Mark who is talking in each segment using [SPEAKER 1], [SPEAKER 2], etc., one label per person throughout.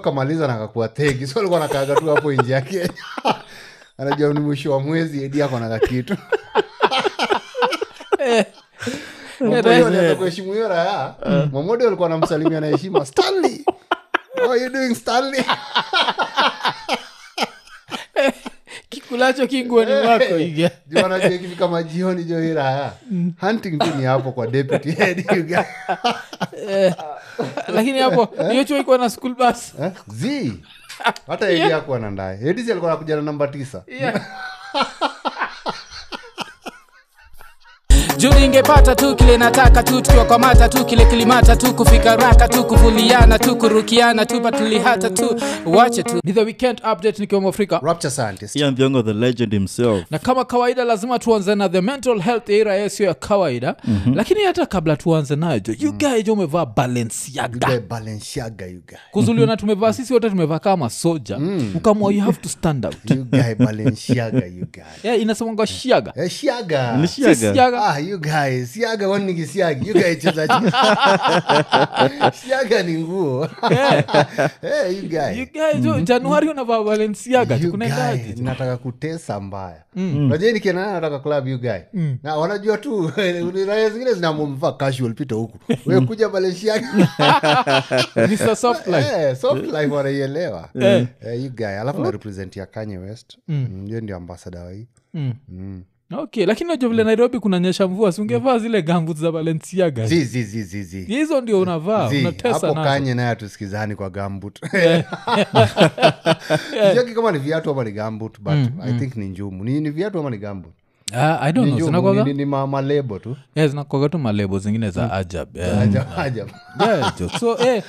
[SPEAKER 1] kamaliza na akakuwa tegi so alikuwa nakaaga tu hapo nje ya kenya anajua ni mwisho wa mwezi edi ako naga kitu kuheshimu hiyo raya
[SPEAKER 2] Uh.
[SPEAKER 1] mamodi alikuwa namsalimia na heshima stanley How are you doing stanley
[SPEAKER 2] kikulacho kinguoni
[SPEAKER 1] Eh.
[SPEAKER 2] mwako iga
[SPEAKER 1] Juu anajua ikifika majioni jo hii raya
[SPEAKER 2] Mm.
[SPEAKER 1] hunting tu ni hapo kwa deputy head you guys.
[SPEAKER 2] lakini hapo hiyo chuo ikuwa na school bus
[SPEAKER 1] Eh, z hata edi akuwa na ndaye edisi alikuwa nakuja na namba tisa
[SPEAKER 2] yeah.
[SPEAKER 3] juu ningepata tu kile nataka tu tukiwakwamata tu kile kilimata tu kufika raka tu kuvuliana tu kurukiana tu patulihata tu wache tu
[SPEAKER 2] ni the weekend update nikiwa mwafrika
[SPEAKER 1] rapture scientist
[SPEAKER 4] ian thiongo the legend himself
[SPEAKER 2] na kama kawaida lazima tuanze na the mental health era yeye sio ya kawaida mm-hmm. lakini hata kabla tuanze nayo jo you guy jo umevaa balenciaga
[SPEAKER 1] Guy balenciaga you guy
[SPEAKER 2] kuzuliwa na tumevaa sisi wote tumevaa kama masoja mm. ukamwa you have to stand out
[SPEAKER 1] you guy balenciaga you guy
[SPEAKER 2] yeah, inasemanga shiaga
[SPEAKER 1] Eh, shiaga
[SPEAKER 2] Si
[SPEAKER 4] nishiaga
[SPEAKER 2] siaga.
[SPEAKER 1] ah you guy siaga kwani ni kisiagi you guy cheza cheza. siaga ni nguo Eh, you guy
[SPEAKER 2] You oh, guy jo januari unavaa balenciaga
[SPEAKER 1] Mm-hmm. You
[SPEAKER 2] kunaendaje
[SPEAKER 1] guy, nataka kutesa mbaya najua nikienana nataka club you guy na wanajua tu raya zingine zinamomvaa casual pita huku we kuja balenciaga
[SPEAKER 2] Ni sa soft life.
[SPEAKER 1] Eh, soft life wanaielewa Eh, you guy alafu na represent ya kanye west Mm, yeye ndio ambasada wa hii
[SPEAKER 2] okay lakini najua vile nairobi kunanyesha mvua siungevaa zile gambut za balenciaga
[SPEAKER 1] zi zi zi zi zi
[SPEAKER 2] hizo ndio unavaa
[SPEAKER 1] Zii,
[SPEAKER 2] Ah, unatesa
[SPEAKER 1] hapo
[SPEAKER 2] nazo
[SPEAKER 1] kanye naye atusikizani kwa gambut joki kama ni viatu ama ni gambut but
[SPEAKER 2] Mm,
[SPEAKER 1] i think ni njumu ni, ni viatu ama ni gambut
[SPEAKER 2] Ah, i don't
[SPEAKER 1] ni
[SPEAKER 2] know
[SPEAKER 1] njumu ni,
[SPEAKER 2] zinakwaga
[SPEAKER 1] ni, ni ma- malebo tu
[SPEAKER 2] Eh, zinakwaga tu malebo zingine
[SPEAKER 1] Mm.
[SPEAKER 2] za ajab eh.
[SPEAKER 1] Ajabu, ajabu.
[SPEAKER 2] Yeah, jo. so eh,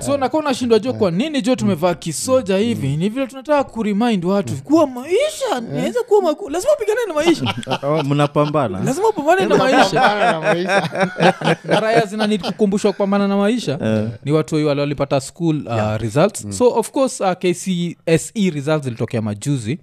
[SPEAKER 2] so nakuwa unashindwa jo kwa nini jo tumevaa kisoja
[SPEAKER 1] Mm.
[SPEAKER 2] hivi ni vile tunataka kurimind watu kuwa maisha
[SPEAKER 1] Eh.
[SPEAKER 2] naweza kuwa maku... lazima upigane na maisha
[SPEAKER 4] Oh, mnapambana
[SPEAKER 2] lazima upambane na maisha
[SPEAKER 1] Pambana na maisha.
[SPEAKER 2] Na raya zinani kukumbushwa kupambana na maisha ni watu wale walipata school uh, results so of course uh, kcse E results zilitokea majuzi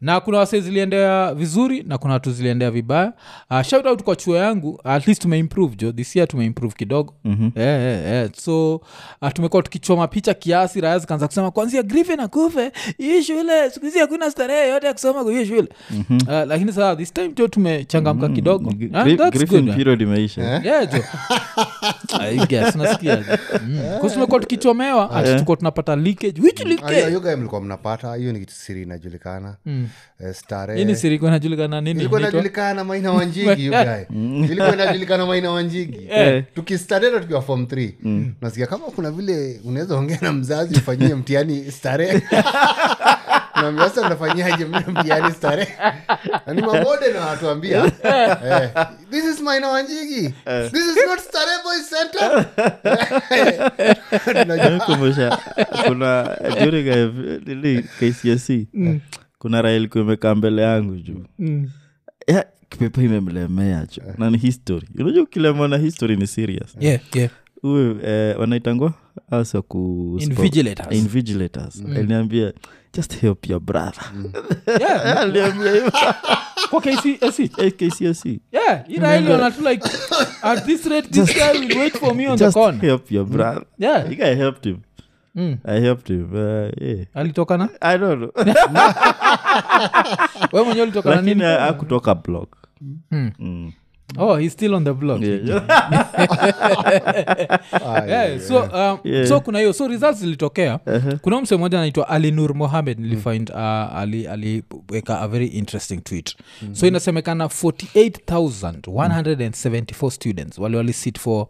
[SPEAKER 2] na kuna wase ziliendea vizuri na kuna watu ziliendea vibaya uh, shout out kwa chuo yangu at least tumeimprove jo this year tumeimprove kidogo mm-hmm. yeah, yeah, yeah. so uh, tumekuwa tukichoma picha kiasi raya zikaanza kusema kwanzia grive na kuve hii shule siku hizi hakuna starehe yote ya kusoma kwa hiyo shule mm-hmm. uh, lakini sasa this time jo tumechangamka mm-hmm. kidogo
[SPEAKER 4] Gri-
[SPEAKER 2] Ah, that's good,
[SPEAKER 4] griffin
[SPEAKER 2] man
[SPEAKER 4] period imeisha
[SPEAKER 2] kusumekuwa tukichomewa ati tuko tunapata leakage which
[SPEAKER 1] Eh. Mm. Ayo,
[SPEAKER 2] leakage
[SPEAKER 1] you guy mlikuwa mnapata hiyo ni kitu siri inajulikana
[SPEAKER 2] Mm.
[SPEAKER 1] Eh, starehe.
[SPEAKER 2] Hii ni siri ikuwa inajulikana nini
[SPEAKER 1] ilikuwa
[SPEAKER 2] inaitwa?
[SPEAKER 1] inajulikana maina wanjigi you guy. ilikuwa inajulikana maina wanjigi
[SPEAKER 2] Eh.
[SPEAKER 1] tukistadera tukiwa form 3
[SPEAKER 2] Mm.
[SPEAKER 1] nasikia kama kuna vile unaweza ongea na mzazi ufanyie mtihani starehe naambia sasa mnafanyaje mle mtihani starehe nani mamode na watuambia eh, this is maina wanjigi
[SPEAKER 2] Eh.
[SPEAKER 1] this is not starehe boys center Tunajua,
[SPEAKER 4] kumbusha kuna during I- nili kcsc E, kuna railikuwa imekaa mbele yangu juu
[SPEAKER 2] Mm.
[SPEAKER 4] Ya, kipepa imemlemea juu na ni history unajua ukilemewa na history ni serious
[SPEAKER 2] Yeah, yeah.
[SPEAKER 4] huyu eh, wanaitangwa asa ku
[SPEAKER 2] Invigilators. Mm.
[SPEAKER 4] invigilators aliniambia just help your brother
[SPEAKER 2] Yeah,
[SPEAKER 4] aliambia hivyo
[SPEAKER 2] kwa KCSE.
[SPEAKER 4] kcsc
[SPEAKER 2] E. Yeah, hii Raila wanatu like, at this rate, this guy will wait for me on the
[SPEAKER 4] just
[SPEAKER 2] corner.
[SPEAKER 4] help your brother
[SPEAKER 2] Yeah.
[SPEAKER 4] I think I helped him
[SPEAKER 2] Mm.
[SPEAKER 4] I helped him uh, yeah.
[SPEAKER 2] alitoka na
[SPEAKER 4] I don't know
[SPEAKER 2] we mwenyewe ulitoka na
[SPEAKER 4] lakini
[SPEAKER 2] nini
[SPEAKER 4] ha- hakutoka block
[SPEAKER 1] uh,
[SPEAKER 2] oh he's still on the block
[SPEAKER 4] Yeah.
[SPEAKER 1] "Ai,
[SPEAKER 2] Yeah, so, um, so kuna hiyo so results zilitokea kuna mse mmoja anaitwa ali nur mohamed nilifind uh, ali- aliweka a very interesting tweet so inasemekana 48174 students wale walisit for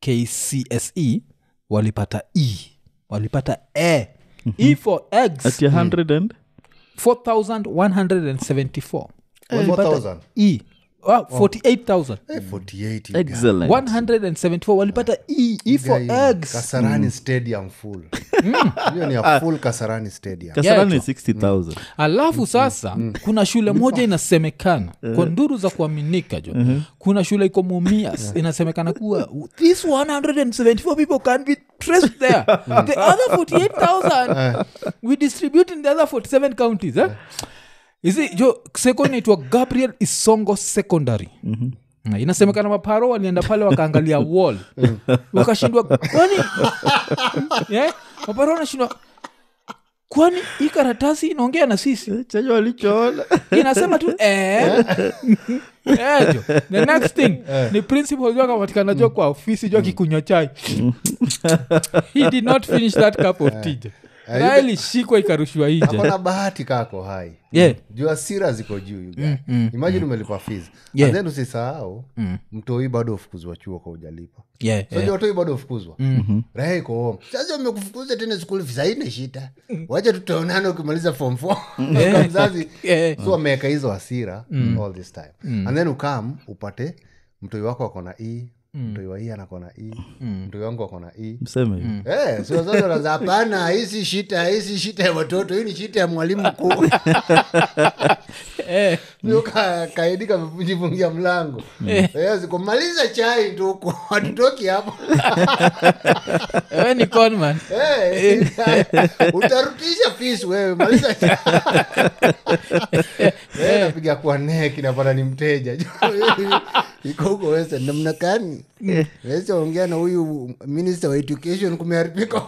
[SPEAKER 2] kcse E, walipata e walipata e e for eggs
[SPEAKER 4] At your 100 and
[SPEAKER 2] 4174
[SPEAKER 1] 4,000.
[SPEAKER 2] e Ah, 48000
[SPEAKER 1] Eh, 48 you guy.
[SPEAKER 4] excellent
[SPEAKER 2] 174 walipata e e for
[SPEAKER 1] Guy,
[SPEAKER 2] eggs
[SPEAKER 1] kasarani stadium full
[SPEAKER 2] Mm.
[SPEAKER 1] hiyo ni
[SPEAKER 2] Ah.
[SPEAKER 1] a full kasarani stadium
[SPEAKER 4] kasarani 60000
[SPEAKER 2] Hmm. alafu sasa kuna shule moja inasemekana kwa nduru za kuaminika jo kuna shule iko mumias inasemekana kuwa this 174 people can be traced there the other 48000 we distribute in the other 47 counties eh? Is it, jo seko inaitwa gabriel isongo secondary Na inasemekana maparo walienda pale wakaangalia wall wakashindwa kwani yeah? maparo wanashindwa kwani hii karatasi inaongea na sisi
[SPEAKER 4] chenye walichoona
[SPEAKER 2] inasema tu eh. Eh, jo. the next thing ni principal jo akapatikana jo kwa ofisi jo akikunywa chai he did not finish that cup of tea jo
[SPEAKER 1] Eh,
[SPEAKER 2] Na ilishikwa ikarushiwa nje
[SPEAKER 1] akona bahati kako hai
[SPEAKER 2] Yeah. Mm,
[SPEAKER 1] juu asira ziko juu you guy. imagine umelipa fees
[SPEAKER 2] Yeah.
[SPEAKER 1] And then usisahau mtoi bado ufukuzwa chuo kwa ujalipa
[SPEAKER 2] yeah,
[SPEAKER 1] So
[SPEAKER 2] yeah. Mm.
[SPEAKER 1] ndio watoi bado ufukuzwa raha iko home. sasa mmekufukuza tena skuli fisaine shida
[SPEAKER 2] Mm.
[SPEAKER 1] wacha tutaonana ukimaliza form four. Kama mzazi
[SPEAKER 2] Yeah.
[SPEAKER 1] so ameweka hizo hasira all this time and then ukam upate mtoi wako akona e mtoi wa hii anakona e mtoi wangu akona e
[SPEAKER 4] mseme
[SPEAKER 2] Hmm.
[SPEAKER 4] hivi.
[SPEAKER 1] Eh, so sasa unaanza, hapana hii si shita hii si shita ya watoto hii ni shita ya mwalimu mkuu
[SPEAKER 2] Eh,
[SPEAKER 1] Ndio ka- kaidi kamefunjifungia mlango Eh, ziko, maliza chai tuko hatutoki hapo
[SPEAKER 2] wewe ni con man
[SPEAKER 1] Eh, utarudisha fees wewe maliza chai. Eh, napiga kwa neki napata ni mteja iko huko wese namna gani wese ongea na huyu minister wa education kumeharibika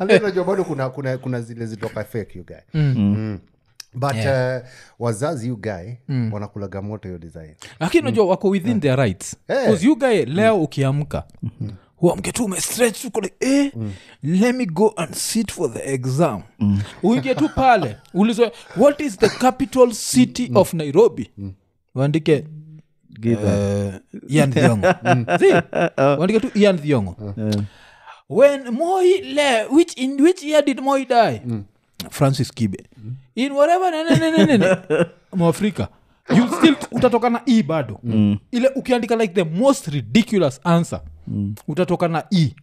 [SPEAKER 1] Alafu unajua bado kuna, kuna, kuna zile zitoka fake you guy Mm. but uh, wazazi you guy wanakulaga moto hiyo design
[SPEAKER 2] lakini unajua wako within their rights
[SPEAKER 1] Eh.
[SPEAKER 2] Because you guy leo ukiamka uamke tu umestretch uko like, eh, let me go and sit for the exam uingie tu pale ulizo what is the capital city of nairobi waandike
[SPEAKER 4] Githa.
[SPEAKER 2] eh, ian thiongo See? waandike tu ian thiongo when moi le which in which year did moi die francis kibe in whatever nenenenene mwafrika you still utatoka na e bado ile ukiandika like the most ridiculous answer utatoka na e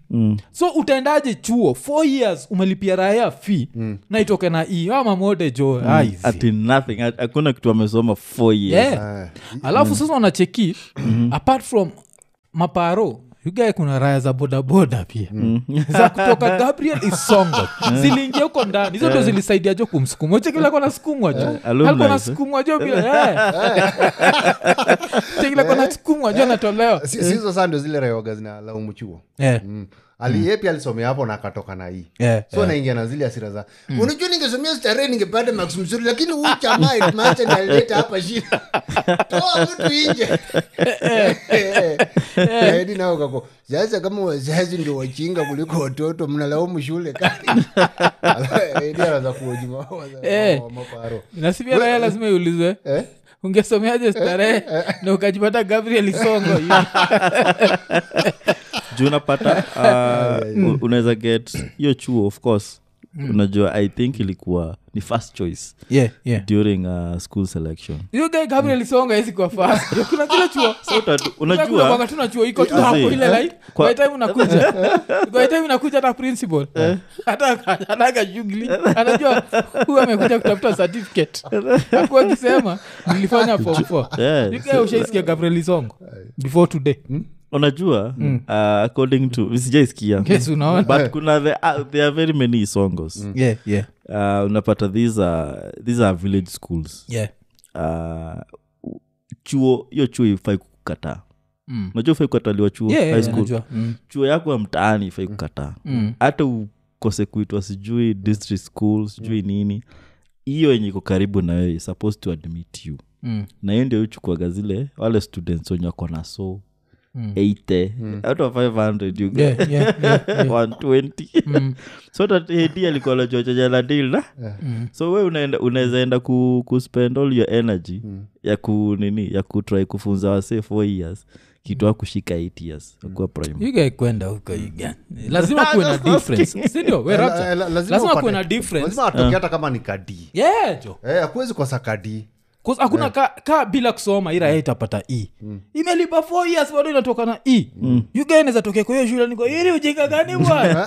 [SPEAKER 2] so utaendaje chuo four years umelipia raya fi na itoke na e amamode jo aizi.
[SPEAKER 4] ati nothing hat- hakuna kitu amesoma four years
[SPEAKER 2] Yeah. Mm. Mm-hmm. alafu sasa wanacheki apart from maparo yugae kuna raya za bodaboda pia za kutoka gabriel isongo ziliingia huko ndani hizo ndo zilisaidia jo kumsukuma uchekila kona sukumwa jo
[SPEAKER 4] alumni,
[SPEAKER 2] alikuwa
[SPEAKER 4] eh?
[SPEAKER 2] nasukumwa jo bila chekila kona sukumwa jo anatolewa
[SPEAKER 1] Si- sizo saa ndio zile rayoga zinalaumu chuo
[SPEAKER 2] Eh,
[SPEAKER 1] Mm. ali ye pia alisomea hapo na akatoka na hii
[SPEAKER 2] eh, Mm.
[SPEAKER 1] so naingia na zile asira za unajua ningesomea starehe ningepata max mzuri lakini huu chamaa itmacha naleta hapa shida toa mtu nje
[SPEAKER 2] Eh.
[SPEAKER 1] edi nao kako sasa kama wazazi ndio wachinga kuliko watoto mnalaumu shule kani Alafu edi anaanza kuojima
[SPEAKER 2] Eh.
[SPEAKER 1] maparo
[SPEAKER 2] na si pia raya lazima iulizwe
[SPEAKER 1] Eh?
[SPEAKER 2] ungesomeaje starehe na ukajipata gabriel isongo
[SPEAKER 4] juu unapata uh,
[SPEAKER 2] Hmm.
[SPEAKER 4] u- unaweza get hiyo chuo of course unajua i think ilikuwa ni first choice
[SPEAKER 2] yeah, yeah.
[SPEAKER 4] during uh, school selection
[SPEAKER 2] yugae gabriel isongo hawezi kuwa fast Jo, kuna kile chuo
[SPEAKER 4] Utatu-
[SPEAKER 2] Unakuwa
[SPEAKER 4] unajua
[SPEAKER 2] tuna chuo iko tu
[SPEAKER 4] Yeah.
[SPEAKER 2] hapo
[SPEAKER 4] Yeah.
[SPEAKER 2] ile like
[SPEAKER 4] Kwa-
[SPEAKER 2] by time unakuja by time unakuja hata principal hata anaka shughuli anajua huyu amekuja kutafuta certificate akuwa akisema nilifanya form four
[SPEAKER 4] Yes.
[SPEAKER 2] You guys ushaisikia gabriel isongo before today
[SPEAKER 4] unajua
[SPEAKER 2] Hmm.
[SPEAKER 4] uh, according to sijaisikia
[SPEAKER 2] yes unaona
[SPEAKER 4] but kuna the, uh, there are very many isongos
[SPEAKER 2] yeah yeah
[SPEAKER 4] uh, unapata these are, these are village schools
[SPEAKER 2] yeah
[SPEAKER 4] uh, chuo hiyo chuo ifai kukataa
[SPEAKER 2] Mm.
[SPEAKER 4] unajua ifai kukataliwa chuo
[SPEAKER 2] yeah,
[SPEAKER 4] high
[SPEAKER 2] yeah,
[SPEAKER 4] school.
[SPEAKER 2] najua. Mm,
[SPEAKER 4] chuo yako ya mtaani ifai kukataa
[SPEAKER 2] mm.
[SPEAKER 4] hata ukose kuitwa sijui district school
[SPEAKER 2] Mm.
[SPEAKER 4] sijui nini hiyo yenye iko karibu na wewe is supposed to admit you
[SPEAKER 2] Mm.
[SPEAKER 4] na hiyo ndio huchukuaga zile wale students wenye wako na so
[SPEAKER 2] Mm.
[SPEAKER 4] 80 out of 500 you
[SPEAKER 2] yeah yeah yeah Mm.
[SPEAKER 4] 120 so that hd alikuwa anajua chenye anadili na
[SPEAKER 2] mm.
[SPEAKER 4] so we unaenda- unaweza enda ku, kuspend all your energy ya ku nini ya kutrai kufunza wase four years kitu akushika eight years akuwa prime
[SPEAKER 2] You guy kwenda huko Uganda. lazima kuwe na difference sindio we
[SPEAKER 1] La- Eh, la-
[SPEAKER 2] Raptor?
[SPEAKER 1] la-
[SPEAKER 2] lazima kuwe na
[SPEAKER 1] upate-
[SPEAKER 2] difference Eh.
[SPEAKER 1] lazima atoke hata kama ni kadii
[SPEAKER 2] yeah jo
[SPEAKER 1] Eh, hakuwezi kosa kadii
[SPEAKER 2] 'Cause hakuna ka, ka bila kusoma ira yeye itapata e
[SPEAKER 4] Mm.
[SPEAKER 2] imelipa four years bado inatoka na e mm. yugaeneza tokea kwa hiyo shule niko ili ujinga gani bwana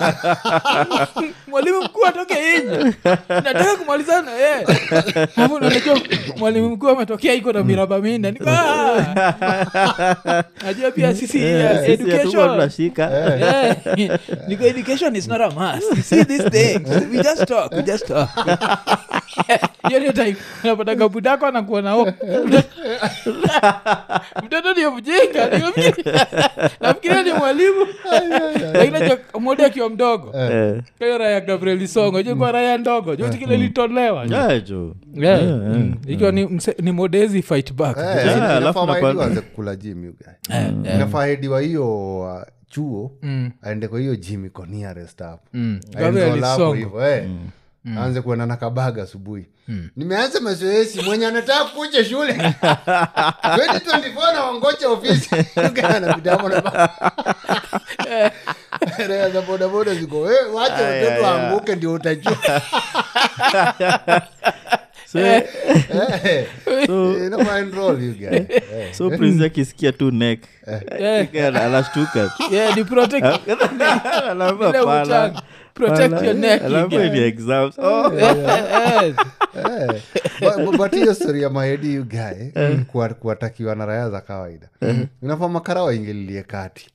[SPEAKER 2] mwalimu mkuu atoke nje nataka kumalizana na yeye hapo nanajua mwalimu mkuu ametokea iko
[SPEAKER 4] Mm.
[SPEAKER 2] na miraba minda niko "Ah." najua pia sisi uh,
[SPEAKER 4] Eh, Sisi hatukuwa
[SPEAKER 2] education
[SPEAKER 4] tunashika
[SPEAKER 2] Eh, Yeah. Niko, education is not a must. You see these things. We just talk. We just talk. hiyo ndio time unapataga budako anakuwa nao mtoto ndio mjinga ndio mjinga. nafikiria ni mwalimu Eh. lakini najua modi akiwa mdogo
[SPEAKER 4] Eh.
[SPEAKER 2] kayo raya gabriel isongo jikuwa raya ndogo jotikile litolewa jo.
[SPEAKER 4] Yeah, Ah, jo.
[SPEAKER 2] Yeah. Mm. ikiwa ni, mse- ni modezi fight back
[SPEAKER 1] Eh,
[SPEAKER 4] Yeah,
[SPEAKER 1] inafaa
[SPEAKER 4] alafu
[SPEAKER 1] mahidi
[SPEAKER 4] napata-
[SPEAKER 1] waanze kukula gym, you guys. inafaa hedi wa hiyo uh, chuo aende kwa hiyo jim iko nearest hapo Aende
[SPEAKER 2] Gabriel
[SPEAKER 1] all hapo
[SPEAKER 2] Songo.
[SPEAKER 1] hivo eh. aanze kuenda na kabaga asubuhi nimeanza mazoezi mwenye anataka kuja shule 2024 na wangoja ofisi Anapitamo na ba- Raya za bodaboda ziko "Eh, wacha watoto waanguke ndio utajua
[SPEAKER 4] so,
[SPEAKER 1] Eh,
[SPEAKER 4] so,
[SPEAKER 1] inafaa enroll, you guys. Eh.
[SPEAKER 4] so prince akisikia tu nek
[SPEAKER 2] Eh.
[SPEAKER 4] anashtuka
[SPEAKER 2] yeah, ni protect
[SPEAKER 4] Alafu
[SPEAKER 2] Ile
[SPEAKER 4] hapana.
[SPEAKER 2] uchanga. Protect
[SPEAKER 4] Hapana.
[SPEAKER 2] your neck,
[SPEAKER 4] Alafu
[SPEAKER 2] you
[SPEAKER 4] ni exams. Oh.
[SPEAKER 2] Yes.
[SPEAKER 1] Eh, but- but- but hiyo stori ya maedi ugae kuwatakiwa na raya za kawaida inafaa makara waingililie kati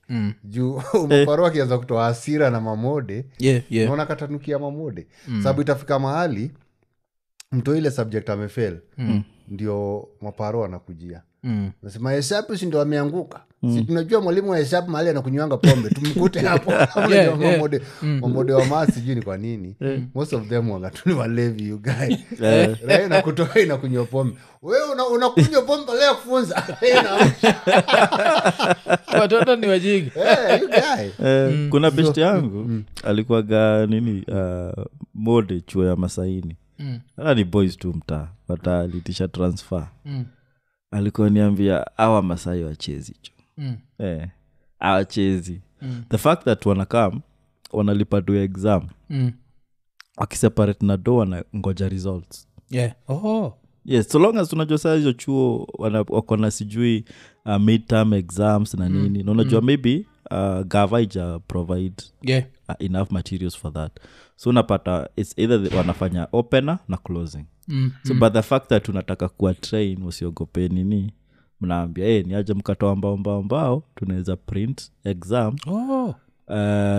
[SPEAKER 1] juu mafaru akianza kutoa hasira na mamode
[SPEAKER 2] Yeah, yeah.
[SPEAKER 1] naona katanukia mamode sababu itafika mahali mtu ile subject amefel ndio maparo anakujia
[SPEAKER 2] Mm.
[SPEAKER 1] nasema hesabu si ndo ameanguka si tunajua mwalimu wa hesabu mahali anakunywanga pombe tumkute hapo Unajua
[SPEAKER 2] Yeah, mm. yeah.
[SPEAKER 1] mamode- mamode wa maa sijui ni kwa nini most of them wangatuni walevi you guy Raha inakutoa inakunywa pombe wewe una- unakunywa pombe leo kufunza Eh, na-
[SPEAKER 2] watoto ni wajinga
[SPEAKER 1] eh, you guy.
[SPEAKER 4] Eh, kuna beshte yangu alikuwaga nini uh, mode chuo ya masaini Hala ni boys tu mtaa but alitisha transfer alikuwa niambia awa masai wachezi cho eh, awachezi the fact that wanakam wanalipa do exam
[SPEAKER 2] Mm.
[SPEAKER 4] wakiseparate na do wanangoja results
[SPEAKER 2] Yeah. Oh.
[SPEAKER 4] yes so long as unajua saa hizo chuo wana- wako na sijui uh, midterm exams na nini na unajua maybe uh, gava ija provide
[SPEAKER 2] Yeah.
[SPEAKER 4] uh, enough materials for that so unapata its either the- wanafanya opener na closing
[SPEAKER 2] Mm.
[SPEAKER 4] so but the fact that unataka kuwa train usiogope nini mnaambia hey, ni aje mkatoa mbao mbao mbao tunaweza print exam
[SPEAKER 2] Oh.
[SPEAKER 4] uh,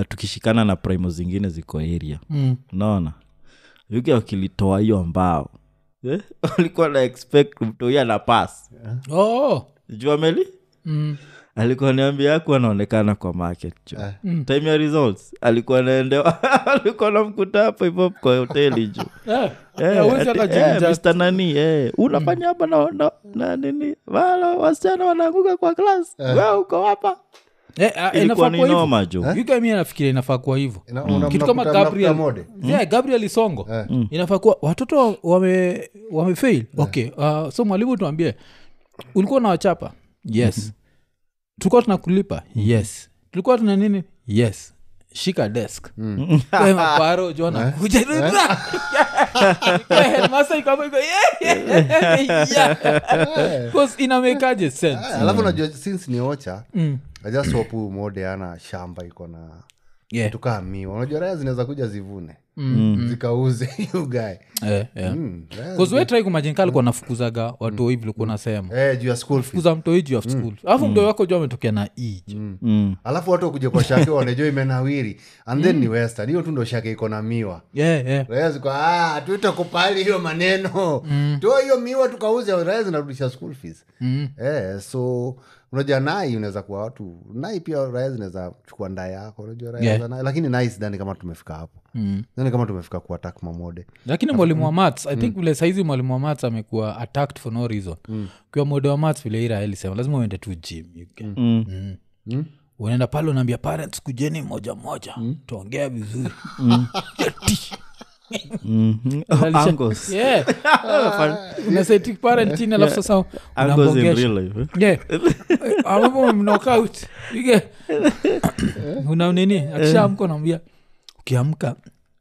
[SPEAKER 4] tukishikana na primo zingine ziko area
[SPEAKER 2] Mm.
[SPEAKER 4] unaona yuga wakilitoa hiyo mbao Eh, walikuwa na expect mtu huyu ana pass
[SPEAKER 2] Oh.
[SPEAKER 4] jua meli
[SPEAKER 2] Mm.
[SPEAKER 4] alikuwa niambia aku anaonekana kwa market cho
[SPEAKER 2] Mm.
[SPEAKER 4] time ya results alikuwa anaendewa alikuwa namkuta hapo hivyo kwa hoteli jo
[SPEAKER 2] Yeah.
[SPEAKER 4] Eh,
[SPEAKER 2] Yeah, huwezi Mm.
[SPEAKER 4] ati-
[SPEAKER 2] Ah. hata
[SPEAKER 4] eh,
[SPEAKER 2] jinja.
[SPEAKER 4] Mr. nani eh, unafanya hapa na, na, na nini wala wasichana wanaanguka kwa klas we uko hapa
[SPEAKER 2] Eh, ah,
[SPEAKER 4] ilikuwa
[SPEAKER 2] inafaa
[SPEAKER 4] ni
[SPEAKER 2] kuwa hivyo.
[SPEAKER 4] noma jo
[SPEAKER 2] You guy, mimi nafikiria inafaa kuwa hivyo
[SPEAKER 1] Na- una-
[SPEAKER 2] Mm. kitu kama
[SPEAKER 1] mnakuta- mnakuta
[SPEAKER 2] gabriel
[SPEAKER 1] mode.
[SPEAKER 2] yeah, gabriel isongo inafaa kuwa watoto wa- wame wamefail okay uh, so mwalimu tuambie ulikuwa nawachapa yes tulikuwa tunakulipa yes tulikuwa tuna nini yes shika desk Wewe maparo jo anakuja Headmaster yuko hapo, yuko, yeah, yeah, yeah. 'Cause inamekaje sense
[SPEAKER 1] Eh, alafu najua since ni ocha
[SPEAKER 2] Mm.
[SPEAKER 1] I just hope huyu mode ana shamba iko na
[SPEAKER 2] Yeah,
[SPEAKER 1] tukaa miwa unajua raya zinaweza kuja zivune
[SPEAKER 2] Mm.
[SPEAKER 1] zikauze you guy.
[SPEAKER 2] yeah, eh, yeah.
[SPEAKER 1] Mm, raya-
[SPEAKER 2] koswetrai kumajinka alikuwa nafukuzaga watu hivi likuwa nasema
[SPEAKER 1] Eh, juu ya school fees.
[SPEAKER 2] kuza mtoi juu ya skul alafu mtoi wako juu ametokea na E ij
[SPEAKER 4] mm.
[SPEAKER 1] alafu watu wakuja kwa shake wanajua imenawiri and
[SPEAKER 2] Mm.
[SPEAKER 1] then ni western hiyo tu ndo shake iko na miwa
[SPEAKER 2] yeah, yeah.
[SPEAKER 1] raya ziko "Ah, hatutakubali hiyo maneno
[SPEAKER 2] Mm.
[SPEAKER 1] toa hiyo miwa tukauze raya zinarudisha school fees eh, so unajua nai unaweza kuwa watu nai pia raya zinaweza chukua nda yako unajua raya
[SPEAKER 2] Yeah.
[SPEAKER 1] za nai lakini nai sidhani kama tumefika hapo mm. sidhani kama tumefika kuatak mamode
[SPEAKER 4] Mm.
[SPEAKER 2] lakini mwalimu wa mats i think vile saizi mwalimu wa mats amekuwa attacked for no reason
[SPEAKER 4] Mm.
[SPEAKER 2] kiwa mode wa mats vile ira alisema lazima uende tu gym you can-
[SPEAKER 4] Mm. Mm.
[SPEAKER 2] unaenda pale unaambia parents kujeni moja moja tuongea vizuri
[SPEAKER 4] Mhm. Angles.
[SPEAKER 2] Yeah.
[SPEAKER 4] Ah,
[SPEAKER 2] Unasaitik parent chini alafu sasa
[SPEAKER 4] Angles in
[SPEAKER 2] unambongesha.
[SPEAKER 4] real life, eh.
[SPEAKER 2] Yeah. ambapo umemknock out. Pige. una nini
[SPEAKER 4] Eh.
[SPEAKER 2] akishaamka unaambia ukiamka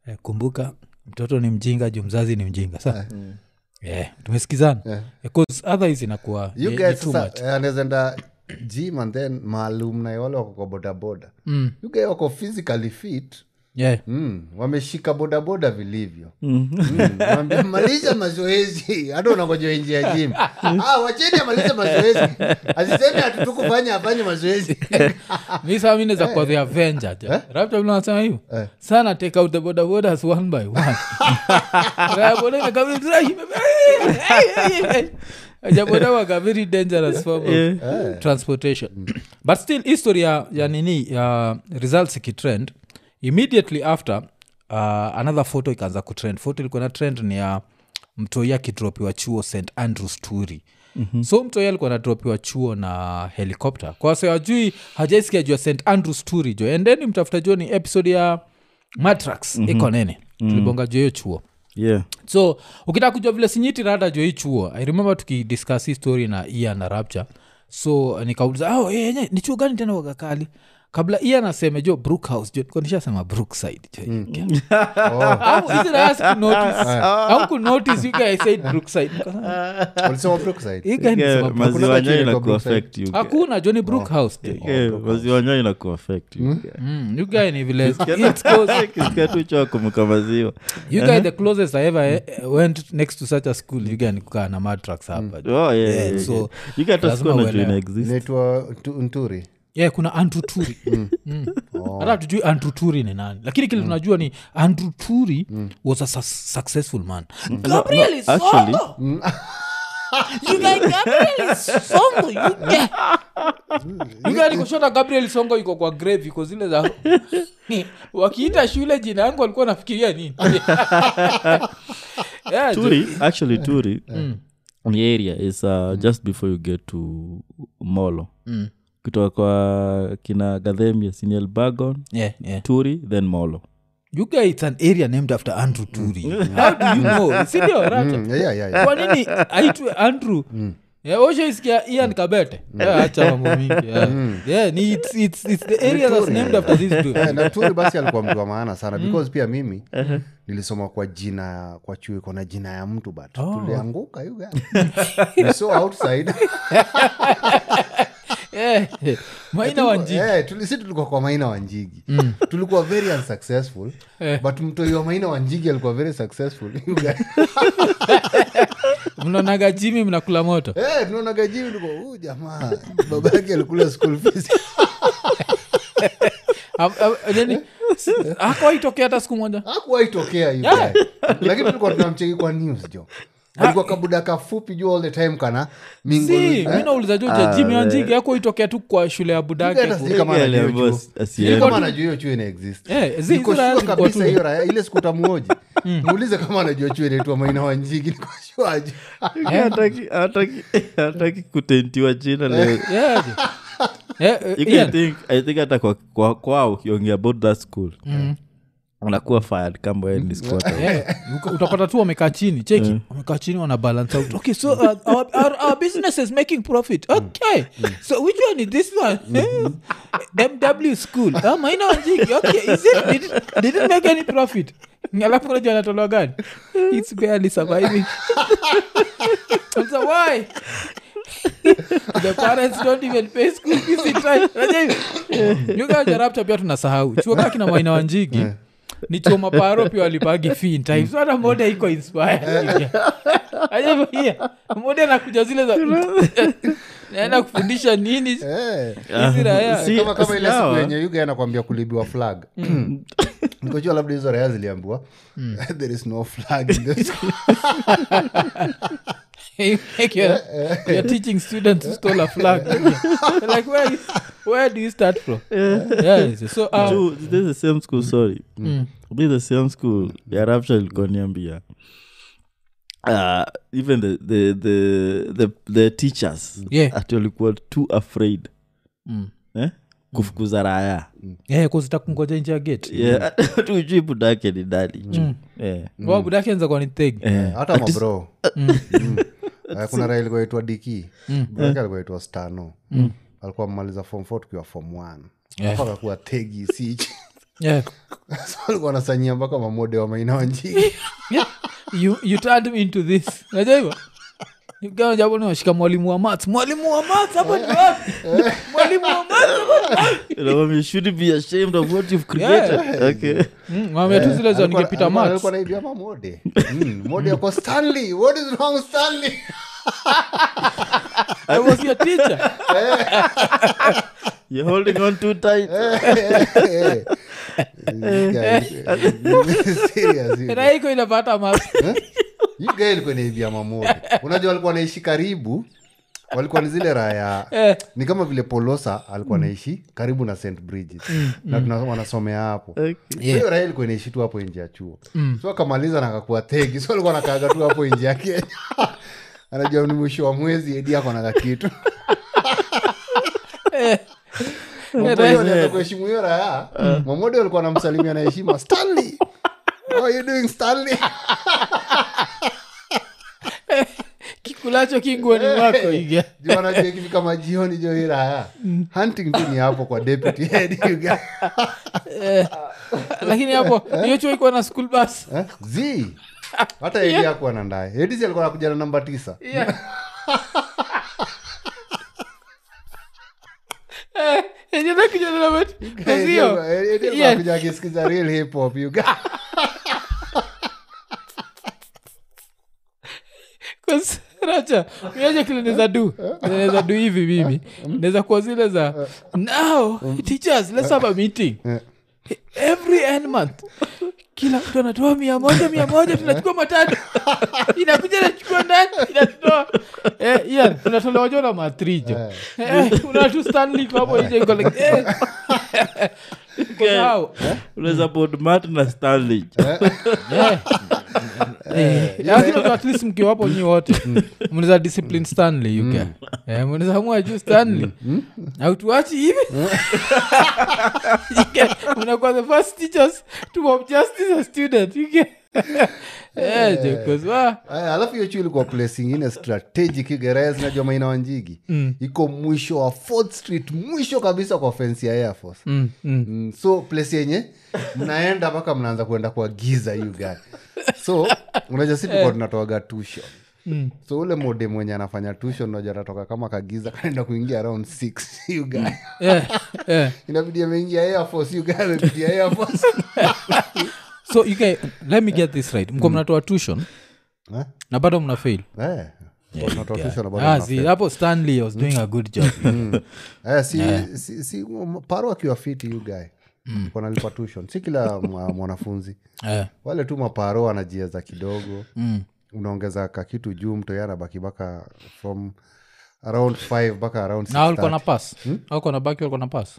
[SPEAKER 2] eh, kumbuka mtoto ni mjinga juu mzazi ni mjinga sa
[SPEAKER 1] Eh.
[SPEAKER 2] yeah. tumesikizana Eh, 'cause otherwise inakuwa
[SPEAKER 1] you
[SPEAKER 2] ni- ni
[SPEAKER 1] guys
[SPEAKER 2] too
[SPEAKER 1] sasa,
[SPEAKER 2] much.
[SPEAKER 1] eh, anaweza enda
[SPEAKER 2] Mm.
[SPEAKER 1] gym and then maalum na wale wako kwa bodaboda you guys wako physically fit
[SPEAKER 2] yeah.
[SPEAKER 1] mm, wameshika bodaboda vilivyo mm, maliza mazoezi hata unangoja nje ya jim ah, wacheni amalize mazoezi asiseme hatutukufanya afanye mazoezi Ah.
[SPEAKER 2] mi saa mineza kwa
[SPEAKER 1] Eh.
[SPEAKER 2] the avenger ja rapta vile anasema hivo sana take out the boda bodas one by one Raya boda inakabili tu, "Ai, imebe- ai, ai, ai, ai." Ajaboda waga very dangerous form of transportation but still history ya, ya nini ya results ikitrend immediately after uh, another photo ikaanza kutrend photo ilikuwa na trend ni ya mtoi akidropiwa chuo st andrews turi mm-hmm. so mtoi alikuwa anadropiwa chuo na helikopter kwa wase wajui hajaisikia jua st andrews turi jo endeni mtafuta juo ni episode ya matrax mm-hmm. iko nene mm-hmm. tulibonga juu ya hiyo chuo
[SPEAKER 4] yeah.
[SPEAKER 2] so ukitaka kujua vile sinyiti rada jo hii chuo i remember tukidiscuss hii story na ia na rapture so eh, nikauliza oh, yenye ni chuo gani tena wagakali kabla ia naseme jo brookhouse jo nikonisha brookside jo mm. au isn't I ask to notice au kunotice you guys said brookside Nikasema,
[SPEAKER 1] walisema brookside
[SPEAKER 2] you guys
[SPEAKER 4] Yeah,
[SPEAKER 2] sema Brook-
[SPEAKER 4] maziwa
[SPEAKER 1] Hakuna
[SPEAKER 4] nyoyo
[SPEAKER 1] kwa
[SPEAKER 4] inakuaffect you guys.
[SPEAKER 2] hakuna jo ni brookhouse jo
[SPEAKER 4] Yeah, maziwa nyoyo inakuaffect you guys.
[SPEAKER 2] Mm, you guy ni vile it's close
[SPEAKER 4] Ukisikia tu choo kumka maziwa
[SPEAKER 2] you guy the closest i ever eh, went next to such a school you guy ni kukaa na matrax hapa jo
[SPEAKER 4] Oh, yeah, yeah,
[SPEAKER 2] Yeah,
[SPEAKER 4] yeah.
[SPEAKER 2] so
[SPEAKER 4] You get to
[SPEAKER 2] lazima
[SPEAKER 4] school na
[SPEAKER 2] uelewe.
[SPEAKER 4] juu ina-exist.
[SPEAKER 1] inaitwa Tu- nturi
[SPEAKER 2] yeah, kuna andrew turi Mm.
[SPEAKER 4] Oh.
[SPEAKER 2] hata tujui andrew turi ni nani lakini
[SPEAKER 4] Mm.
[SPEAKER 2] kile tunajua ni andrew turi was a su- successful man gabriel is
[SPEAKER 4] Mm. Actually,
[SPEAKER 2] Songo! You guys, Gabriel is Songo, you get- You guys, kushota gabriel songo iko kwa grave iko zile za wakiita shule jina yangu walikuwa nafikiria nini Yeah, jo-
[SPEAKER 4] Turi, actually Turi, the area is uh, just before you get to Molo. Kutoka kwa kina Gadhemia, Siniel Bagon,
[SPEAKER 2] yeah, yeah.
[SPEAKER 4] Turi, then Molo.
[SPEAKER 2] You guys, it's an area named after andrew turi
[SPEAKER 4] Mm.
[SPEAKER 2] how do you know sindio racha
[SPEAKER 1] Mm, yeah, yeah, yeah.
[SPEAKER 2] kwa nini aitwe andrew
[SPEAKER 1] Mm.
[SPEAKER 2] Yeah, ushaisikia ian kabete Yeah, acha mambo mingi yeah.
[SPEAKER 1] Mm.
[SPEAKER 2] Yeah, ni- it's- it's- it's the area that's named after this dude.
[SPEAKER 1] Eh, na turi basi alikuwa mtu wa maana sana because pia mimi nilisoma kwa jina kwa chuo iko na jina ya mtu but tulianguka you guys. so outside
[SPEAKER 2] Yeah. maina Mm. wanjii
[SPEAKER 1] Eh, tuli- si tulikuwa kwa maina wanjigi tulikuwa very unsuccessful
[SPEAKER 2] Eh.
[SPEAKER 1] but mtoi wa maina wanjigi alikuwa very successful You guys.
[SPEAKER 2] mnaonaga jimi mnakula moto
[SPEAKER 1] Eh, tunaonaga jivi tulikuwa huu jamaa baba yake alikula school fees
[SPEAKER 2] Am- am- yani, s- hakuwaitokea hata siku moja
[SPEAKER 1] hakuwaitokea hivo
[SPEAKER 2] Yeah. Ah.
[SPEAKER 1] lakini tulikuwa tunamcheki kwa news jo alikuwa kabuda kafupi juu all the time kana mingo-
[SPEAKER 2] si
[SPEAKER 1] eh,
[SPEAKER 2] minauliza joja jimi wanjigi akuwaitokea tu kwa shule ya
[SPEAKER 1] hata
[SPEAKER 2] budake
[SPEAKER 1] sijui kama
[SPEAKER 4] Ile
[SPEAKER 1] anajua
[SPEAKER 4] ambayo
[SPEAKER 1] chuo.
[SPEAKER 4] si- asiende.
[SPEAKER 1] Sijui kama anajua hiyo chuo inaexist
[SPEAKER 2] Eh, zi- Mm.
[SPEAKER 1] Niko
[SPEAKER 2] hizo raya
[SPEAKER 1] sure
[SPEAKER 2] zilikuwa
[SPEAKER 1] kabisa
[SPEAKER 2] tu.
[SPEAKER 1] hiyo raya ile sikutamwoji muulize kama anajua chuo inaitwa maina wanjigi nikoshuaji
[SPEAKER 2] Ah.
[SPEAKER 4] Hataki- hataki- hataki kutentiwa jina leo
[SPEAKER 2] Yeah, jo. Yeah, eh,
[SPEAKER 4] You can
[SPEAKER 2] Ian,
[SPEAKER 4] think- i think hata kwa- kwa- kwao ukiongea about that school unakuwa fired kama wewe ni squatter.
[SPEAKER 2] Yeah, uka- utapata tu wamekaa chini cheki wamekaa chini wana balance out Mm. okay so uh, our, our, our business is making profit okay so which one is this one Eh, mw school Ah, maina wanjiki okay is it did, it- did it make any profit alafu unajua anatolewa gani its barely surviving so why the parents don't even pay school fees in time Unajua hivyo? You guys are rapture pia tunasahau chuo kaki na maina wanjigi ni chuo maparo pia walipagi fee in time so hata moda iko inspired Unajua hivyo? moda nakuja zile za naenda kufundisha nini
[SPEAKER 1] Eh.
[SPEAKER 2] hizi raya
[SPEAKER 4] Si-
[SPEAKER 1] kama kama ile siku
[SPEAKER 4] sawa. Mm.
[SPEAKER 1] yenye yuga anakwambia kulibiwa flag nikojua labda hizo raya ziliambiwa there is no flag in this school."
[SPEAKER 2] you make your, you're teaching students who stole a flag. like where, is, where do you start from? yeah, it's- so uh,
[SPEAKER 4] Juu, this is the same school sorry this is the same school ya rapture ilikuwa niambia Uh, even the, the, the, the, the teachers
[SPEAKER 2] Yeah.
[SPEAKER 4] ati walikuwa too afraid eh? kufukuza raya
[SPEAKER 2] yeah, kuzitakungoja nje ya gate
[SPEAKER 4] Yeah, tujui budake ni dali
[SPEAKER 2] Wao budaki anza kwa nithegi
[SPEAKER 1] hata mabro Mm. Eh, kuna raya ilikuwa itwa diki brake alikuwa itwa stano alikuwa amaliza form four tukiwa form one Alafu akakuwa tegi sichi
[SPEAKER 2] yeah.
[SPEAKER 1] so alikuwa anasanyia mpaka mamode wa maina wanjigi
[SPEAKER 2] yeah. you, you turned me into this najua hivyo Nikawa jambo nashika mwalimu wa maths mwalimu wa maths hapa ni wapi mwalimu wa maths
[SPEAKER 4] You know, you shouldn't be ashamed of what you've created. Okay.
[SPEAKER 2] Mm, mwambia tu zile za
[SPEAKER 1] Eh, Alikuwa-
[SPEAKER 2] ningepita
[SPEAKER 1] alikuwa-
[SPEAKER 2] maths
[SPEAKER 1] alikuwa naibia mamode Mm, mode ako stanley what is wrong stanley
[SPEAKER 2] I was your teacher
[SPEAKER 4] You're holding on too tight.
[SPEAKER 2] Hela iko inapata maths
[SPEAKER 1] naibia mamode unajua alikuwa naishi karibu walikuwa ni zile raha ya
[SPEAKER 2] Eh.
[SPEAKER 1] ni kama vile polosa alikuwa naishi karibu na st bridges na tuna- wanasomea hapo
[SPEAKER 4] Eh.
[SPEAKER 1] hiyo raha ilikuwa inaishi tu hapo nje ya chuo so akamaliza na akakuwa tegi so alikuwa nakaaga tu hapo nje ya kenya anajua ni mwisho wa mwezi edi ako naga kitu Mamodi walianza kuheshimu hiyo raha mamodi walikuwa namsalimia na heshima stanley How are you doing stanley
[SPEAKER 2] kikulacho kinguoni
[SPEAKER 1] Eh.
[SPEAKER 2] mwako iga
[SPEAKER 1] Juu wanajua ikifika majioni jo hii raha hunting tu ni hapo kwa deputy head you guys.
[SPEAKER 2] lakini hapo hiyo chuo ikuwa na school bus
[SPEAKER 1] Eh, z hata edi akuwa na ndaye edisi alikuwa nakuja na namba tisa
[SPEAKER 2] Eh,
[SPEAKER 1] Edi alikuwa- Edi alikuwa
[SPEAKER 2] Yeah.
[SPEAKER 1] anakuja akisikiza real hip hop you guys.
[SPEAKER 2] kilnezadu nezadu hivi mimi naweza kuwa zile za now teachers let's have a meeting
[SPEAKER 1] Eh.
[SPEAKER 2] every end month kila mtu anatoa mia moja mia moja tunachukua matatu inakuja nachukua ndani inatoa eh, yeah, tunatolewa jo na matrijo eh, unatu stanley kwa hapo nje iko like eh. Kwa sababu,
[SPEAKER 4] Unaweza board Matt na Stanley.
[SPEAKER 2] Eh. Eh, lakini unajua at least mkiwa hapo nyi wote
[SPEAKER 1] Mm.
[SPEAKER 2] mnaweza discipline stanley you can. Eh, mnaweza amua juu stanley
[SPEAKER 1] Mm.
[SPEAKER 2] autuachi hivi You can. mnakuwa the first teachers to mob justice a student you can. Eh, jokers, wa.
[SPEAKER 1] Aya, alafu hiyo chuo ilikuwa place ingine strategic geraya zinajua maina wanjigi mm. iko mwisho wa Fort street mwisho kabisa kwa fensi ya air force mm, mm. Mm, so place yenye mnaenda mpaka mnaanza kuenda kwa giza you guy so unajua si
[SPEAKER 2] Eh.
[SPEAKER 1] tukuwa tunatoaga tuition Mm. so ule mode mwenye anafanya tuition unajua atatoka kama kagiza kanaenda kuingia around 6 you guy
[SPEAKER 2] Eh, eh.
[SPEAKER 1] inabidi ameingia air force you guy amepitia air force
[SPEAKER 2] so you can, let me get this right
[SPEAKER 1] Mm.
[SPEAKER 2] mko mnatoa tuition
[SPEAKER 1] Eh?
[SPEAKER 2] na bado mna fail
[SPEAKER 1] eh unatoa tuition na bado
[SPEAKER 2] Ah,
[SPEAKER 1] unafeli.
[SPEAKER 2] see, hapo stanley I was doing a good job
[SPEAKER 1] Eh, si, si, si m- paro akiwa fiti you guy mm. konalipa tuition si kila mwa- mwanafunzi
[SPEAKER 2] Eh,
[SPEAKER 1] wale tu maparo anajieza kidogo mm. unaongeza ka kitu juu mtu ye anabaki mpaka from around 5 mpaka around
[SPEAKER 2] na walikuwa na
[SPEAKER 1] 6:30.
[SPEAKER 2] pass walikuwa na baki walikuwa na pass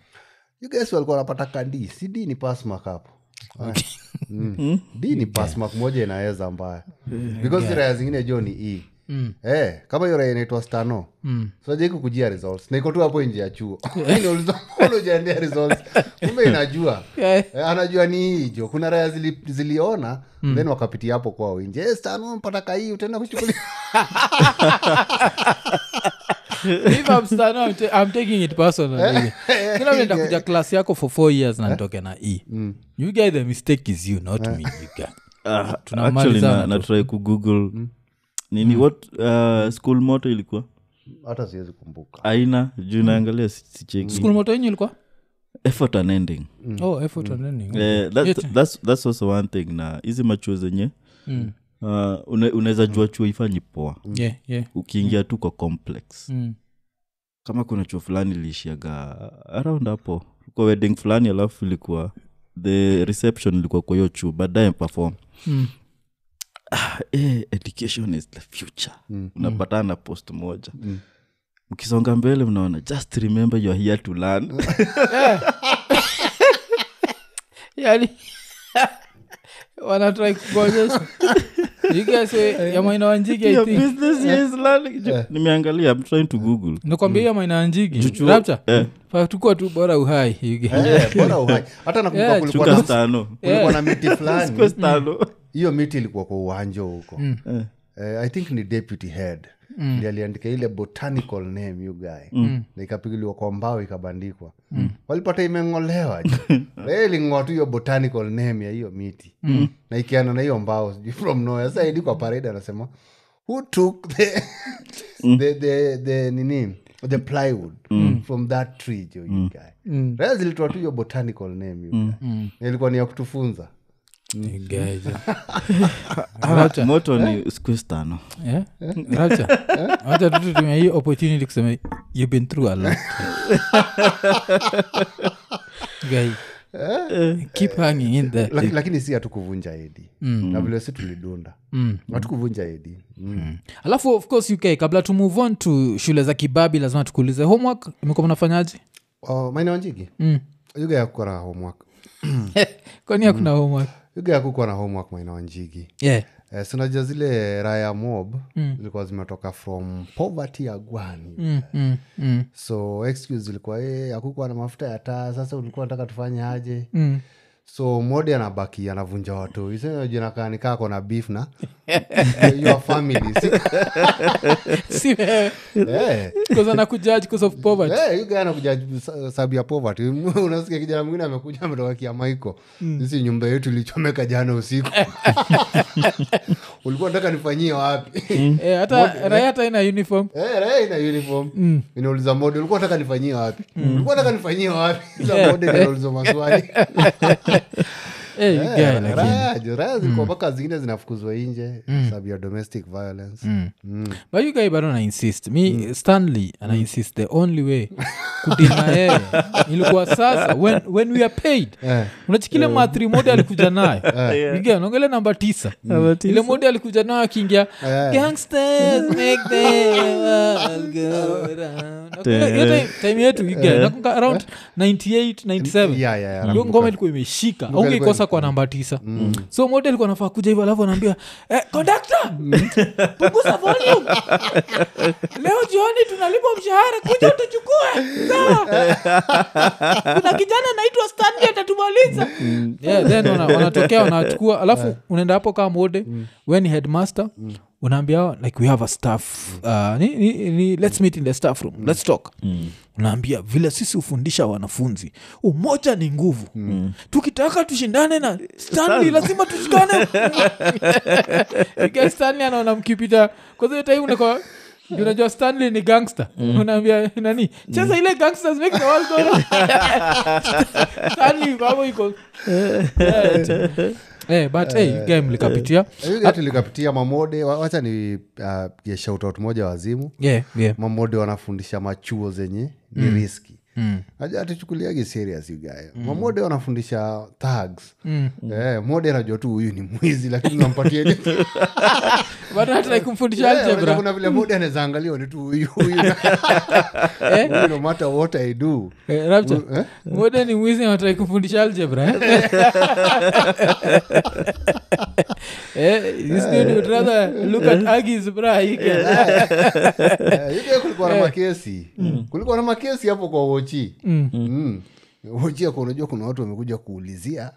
[SPEAKER 1] You guys walikuwa wanapata kadi si d ni pasmak hapo Eh, mm. d ni pasmak moja inaweza mbaya because yeah. raya zingine jo ni e Mm. Eh, kama hiyo raya inaitwa stano mm. kukujia results na iko tu hapo nje ya chuo Inaulizwa, mbona hujaendea results kumbe inajua
[SPEAKER 2] Eh.
[SPEAKER 1] Eh, anajua ni hii jo kuna raya zili, ziliona then wakapitia hapo kwao nje eh, stano mpataka hii utaenda kuchukulia
[SPEAKER 2] if I'm stand- I'm ta- I'm taking it personally. Kila mtu atakuja class yako for four years na nitoke na e you guy the mistake is you not me you guy.
[SPEAKER 4] Ah,
[SPEAKER 2] Tunamalizana
[SPEAKER 4] actually na-
[SPEAKER 2] tu.
[SPEAKER 4] natry kugoogle nini what uh, school moto ilikuwa
[SPEAKER 1] hata siwezi kumbuka
[SPEAKER 4] aina juu naangalia si- sicheki
[SPEAKER 2] School moto yenyu ilikuwa
[SPEAKER 4] effort and ending
[SPEAKER 2] oh effort and learning.
[SPEAKER 4] Eh, that- that's- that's also one thing na hizi machuo zenye uh, une- unaweza jua chuo ifanyi poa
[SPEAKER 2] Mm. Yeah, yeah.
[SPEAKER 4] ukiingia tu kwa complex
[SPEAKER 2] Mm.
[SPEAKER 4] kama kuna chuo fulani ilishiaga around hapo kwa wedding fulani alafu ilikuwa the reception ilikuwa kwa hiyo chuo baadaye perform
[SPEAKER 2] Mm.
[SPEAKER 4] ah, eh, education is the future mm. unapatana na post moja mm mkisonga mbele mnaona just remember you are here to learn
[SPEAKER 2] yani wanatrai kukuonyesha You guys, eh, ya maina wanjige I
[SPEAKER 4] your
[SPEAKER 2] think.
[SPEAKER 4] business here is learning Ju- nimeangalia i'm trying to google
[SPEAKER 2] nakwambia hiyo maina wanjigi
[SPEAKER 4] Chuchu-
[SPEAKER 2] rapture
[SPEAKER 4] eh.
[SPEAKER 2] tukuwa tu bora uhai you guy.
[SPEAKER 1] Eh, bora uhai hata nakumbuka
[SPEAKER 2] Yeah,
[SPEAKER 1] kulikuwa
[SPEAKER 4] chuka
[SPEAKER 1] na,
[SPEAKER 4] stano
[SPEAKER 1] kulikuwa na miti fulani
[SPEAKER 4] Chuka stano
[SPEAKER 1] hiyo miti ilikuwa kwa uwanjo huko mm. uh, i think ni deputy head mm. ndi aliandika ile botanical name you guy mm. na ikapigiliwa kwa mbao ikabandikwa mm. walipata imeng'olewa iling'oa tu hiyo botanical name ya hiyo miti mm. na ikiana na hiyo mbao sijui from nowhere. Sasa Eddie kwa parade anasema who took the, the, the, the nini the plywood from that tree jo you guy Raha zilitoa tu hiyo botanical name you guy. ilikuwa ni ya kutufunza
[SPEAKER 2] Racha.
[SPEAKER 4] moto ni squeeze tano
[SPEAKER 2] Eh? Racha. Wacha tu tutumie hii opportunity kusema you've been through a lot Guy, keep hanging in there
[SPEAKER 1] Laki- lakini si hatukuvunja edi
[SPEAKER 2] Mm.
[SPEAKER 1] na vile si tulidunda hatukuvunja edi mm.
[SPEAKER 2] alafu of course uk kabla to move on to shule za kibabi lazima tukuulize homework imekuwa mnafanyaje
[SPEAKER 1] Oh, maina wanjigi
[SPEAKER 2] Mm.
[SPEAKER 1] yuga yakukuwa na homework
[SPEAKER 2] kwani hakuna homework
[SPEAKER 1] yuga yakukuwa na homework maina wanjigi
[SPEAKER 2] yeah
[SPEAKER 1] Eh, sinajua zile raya mob zilikuwa zimetoka from poverty ya gwani
[SPEAKER 2] mm, mm, mm,
[SPEAKER 1] so excuse zilikuwa e, akukuwa na mafuta ya taa sasa ulikuwa nataka tufanye aje
[SPEAKER 2] mm.
[SPEAKER 1] so modi anabaki anavunja watoi senajinakanikako na beef na your family Si-
[SPEAKER 2] si wewe
[SPEAKER 1] Eh.
[SPEAKER 2] because anakujudge because of poverty
[SPEAKER 1] Eh, huyu guy anakuja sa- sababu ya poverty unasikia kijana mwingine amekuja ametoka kiamaiko sisi nyumba yetu ilichomeka jana usiku ulikuwa nataka nifanyie wapi
[SPEAKER 2] Eh, hata raia hata ina uniform
[SPEAKER 1] Eh, raha ina uniform inauliza mode ulikuwa nataka nifanyie wapi ulikuwa nataka nifanyie wapi Sasa mode ndio inauliza maswali
[SPEAKER 2] Eh, you guy
[SPEAKER 1] Eh,
[SPEAKER 2] lakini
[SPEAKER 1] raha jo, raha zilikuwa mpaka zingine zinafukuzwa nje sababu ya domestic violence Mm.
[SPEAKER 2] but you guy bado na insist mi stanley ana insist the only way kudina yeye ilikuwa sasa when, when we are paid
[SPEAKER 1] Eh.
[SPEAKER 2] unachikile mathri mode alikuja nayo naongele namba tisa Mm. ile mode alikuja nayo akiingia
[SPEAKER 1] Eh.
[SPEAKER 2] gangsters make them all go round. Nakumbuka hiyo time- time yetu you guy, nakumbuka around 98 97
[SPEAKER 1] Yeah, yeah, yeah,
[SPEAKER 2] hiyo
[SPEAKER 1] nakumbuka.
[SPEAKER 2] ngoma ilikuwa imeshika
[SPEAKER 1] Nakumbuka ilikuwa Mm.
[SPEAKER 2] ungeikosa kwa namba tisa Mm. so mode alikuwa nafaa kuja hivyo alafu anaambia eh, conductor,
[SPEAKER 1] Mm.
[SPEAKER 2] punguza volume leo jioni tunalipwa mshahara kuja tuchukue sawa kuna kijana anaitwa stanley atatumaliza Mm. yeah, then wana- wanatokea wanachukua alafu unaenda hapo kaa mode we ni headmaster unaambia wao, like we have a staff uh, ni, ni, ni, let's meet in the staff room let's talk unaambia vile sisi hufundisha wanafunzi umoja ni nguvu tukitaka tushindane na Mm. stanley lazima tushikane Because stanley anaona mkipita kwazaitaiunaka unajua stanley ni gangster unaambia nani cheza ile gangsters make the world go round. stanley babo iko Eh, but hey, you guy mlikapitia
[SPEAKER 1] Eh, yetu likapitia mamode wa- wacha ni uh, shoutout moja wazimu
[SPEAKER 2] yeah, yeah.
[SPEAKER 1] mamode wanafundisha machuo zenye ni riski najua atuchukuliagi serious ugayo mamode wanafundisha tags eh, mode anajua tu huyu ni mwizi lakini unampatia ile-
[SPEAKER 2] bado hatrai kumfundisha
[SPEAKER 1] Eh, unajua
[SPEAKER 2] algebra
[SPEAKER 1] kuna vile mode anaweza angalia ni tu huyu huyu Huyu no matter what i do
[SPEAKER 2] Eh, Rapture, Mwede ni mwizi anatrai kumfundisha algebra eh? Eh, this dude would rather look at Aggie's bra, he can-
[SPEAKER 1] Eh, hivi kulikuwa na makesi kulikuwa na makesi hapo kwa wochi Mm. wochi ako unajua kuna watu wamekuja kuulizia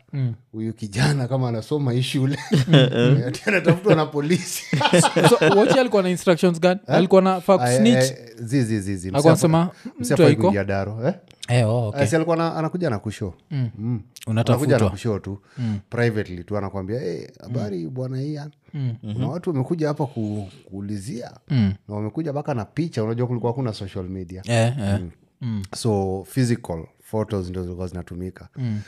[SPEAKER 1] huyu kijana kama anasoma hii shule Ati anatafutwa na polisi
[SPEAKER 2] so wochi alikuwa na instructions gani alikuwa na fa
[SPEAKER 1] Ay,
[SPEAKER 2] kusnitch
[SPEAKER 1] eh, zi, zi, zi, zi.
[SPEAKER 2] Alikuwa anasema,
[SPEAKER 1] Msiafa-
[SPEAKER 2] mtu
[SPEAKER 1] msiafa
[SPEAKER 2] haiko.
[SPEAKER 1] kuingia daro eh?
[SPEAKER 2] eh, oh,
[SPEAKER 1] Eh,
[SPEAKER 2] okay.
[SPEAKER 1] si alikuwa na- anakuja na kusho Mm. anakuja na
[SPEAKER 2] unatafutwa
[SPEAKER 1] kusho tu
[SPEAKER 2] Mm.
[SPEAKER 1] privately tu anakwambia "Eh, habari bwana ian
[SPEAKER 2] Mm.
[SPEAKER 1] kuna watu wamekuja hapa ku, kuulizia na wamekuja mpaka na picha unajua kulikuwa hakuna social media
[SPEAKER 2] eh, eh.
[SPEAKER 1] so physical photos ndio zilikuwa zinatumika
[SPEAKER 2] Mm.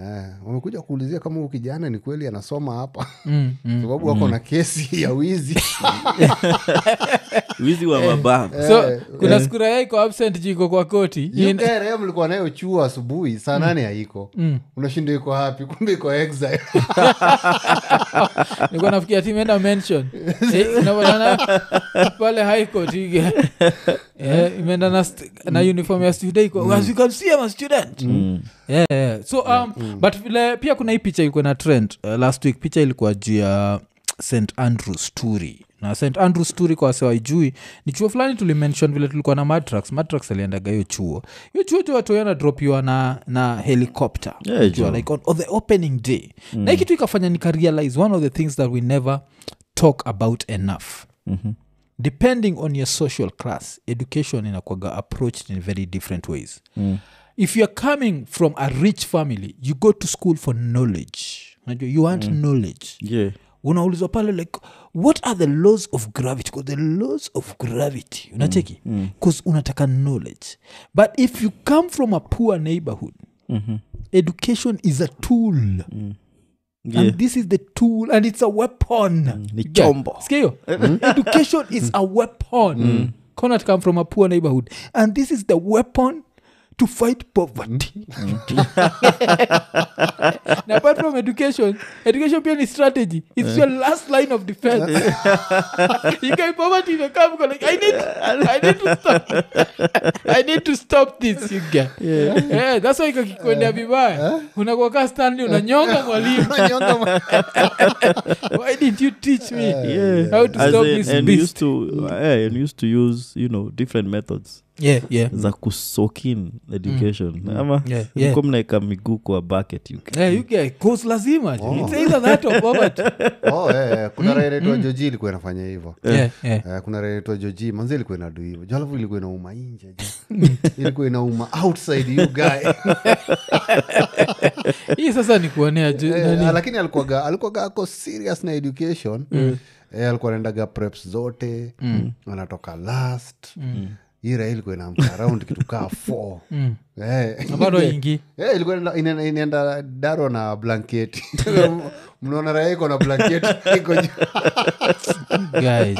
[SPEAKER 1] Eh, wamekuja kuulizia kama huu kijana ni kweli anasoma hapa
[SPEAKER 2] Mm.
[SPEAKER 1] sababu wako na kesi ya wizi
[SPEAKER 4] wizi wa mabango
[SPEAKER 2] so kuna skura yaiko absent jiko kwa koti In-
[SPEAKER 1] ukrm mlikuwa nayo chuo asubuhi saa
[SPEAKER 2] Mm.
[SPEAKER 1] nane haiko unashinda iko hapi kumbe iko exile
[SPEAKER 2] nilikuwa nafikia timeenda mention Eh, inafanana pale high court hige Eh, imeenda na, st- na uniform ya student iko as you can see I'm a student Yeah, yeah. so um, but vile pia kuna hii picha ilikuwa na trend uh, last week picha ilikuwa juu ya st andrew story na st andrew story kwa wase waijui ni chuo fulani tulimention vile tulikuwa na matrax matrax aliendaga hiyo chuo hiyo chuo tu watu wanadropiwa na na helicopter
[SPEAKER 4] Yeah,
[SPEAKER 2] Jua,
[SPEAKER 4] juu.
[SPEAKER 2] like on, on the opening day na hii kitu ikafanya nikarealize one of the things that we never talk about enough depending on your social class education inakwaga approached in very different ways if youare coming from a rich family you go to school for knowledge Unajua, you want knowledge
[SPEAKER 4] Yeah.
[SPEAKER 2] unaulizwa pale like what are the laws of gravity 'Cause the laws of gravity unacheki bcause unataka knowledge but if you come from a poor neighborhood education is a tool
[SPEAKER 4] Yeah. Mm,
[SPEAKER 2] and this is the tool and it's a weapon
[SPEAKER 4] ni
[SPEAKER 2] Yeah.
[SPEAKER 4] chombo Eh. Mm.
[SPEAKER 2] Sikia hiyo? Mm. education is a weapon cannot come from a poor neighborhood and this is the weapon to fight poverty
[SPEAKER 4] Mm.
[SPEAKER 2] na apart from education education pia ni strategy
[SPEAKER 4] Eh.
[SPEAKER 2] it's your last line of defense ikai poverty imekam uko like, I need, I need to stop I need to stop this you get yeah, that's why
[SPEAKER 4] Eh.
[SPEAKER 2] kakikuendea vibaya unakuwa kaa Stanley unanyonga mwalimu
[SPEAKER 1] Unanyonga mwa-
[SPEAKER 2] why didn't you teach me
[SPEAKER 4] Yeah.
[SPEAKER 2] how to
[SPEAKER 4] As
[SPEAKER 2] stop
[SPEAKER 4] in,
[SPEAKER 2] this
[SPEAKER 4] and
[SPEAKER 2] beast
[SPEAKER 4] used to eh, and used to use you know different methods
[SPEAKER 2] yeah yeah
[SPEAKER 4] za kusokin education ama
[SPEAKER 2] Yeah,
[SPEAKER 4] mlikuwa
[SPEAKER 2] yeah.
[SPEAKER 4] mnaeka miguu kwa bucket you can-
[SPEAKER 2] yeah, you get cause lazima oh. it's either that or poverty
[SPEAKER 1] Oh, eh, eh, kuna raia inaitwa joji ilikuwa inafanya hivo
[SPEAKER 2] Mm, yeah yeah
[SPEAKER 1] Eh, kuna raia inaitwa joji manzi ilikuwa inadu hivo jalafu ilikuwa inauma inje jo.
[SPEAKER 2] Mm.
[SPEAKER 1] ilikuwa inauma outside you guy
[SPEAKER 2] hii sasa ni kuonea ju-
[SPEAKER 1] Eh,
[SPEAKER 2] nani
[SPEAKER 1] lakini alikuwaga alikuwaga ako serious na education
[SPEAKER 2] Mm.
[SPEAKER 1] Eh, alikuwa naendaga preps zote anatoka last
[SPEAKER 2] Mm.
[SPEAKER 1] hii raha ilikuwa inamka around kitu kaa four. Eh.
[SPEAKER 2] Na bado ingi
[SPEAKER 1] Eh, ilikuwa inaenda- inaenda- inaenda daro na blanketi mnaona raha iko na blanketi iko juu.
[SPEAKER 2] guys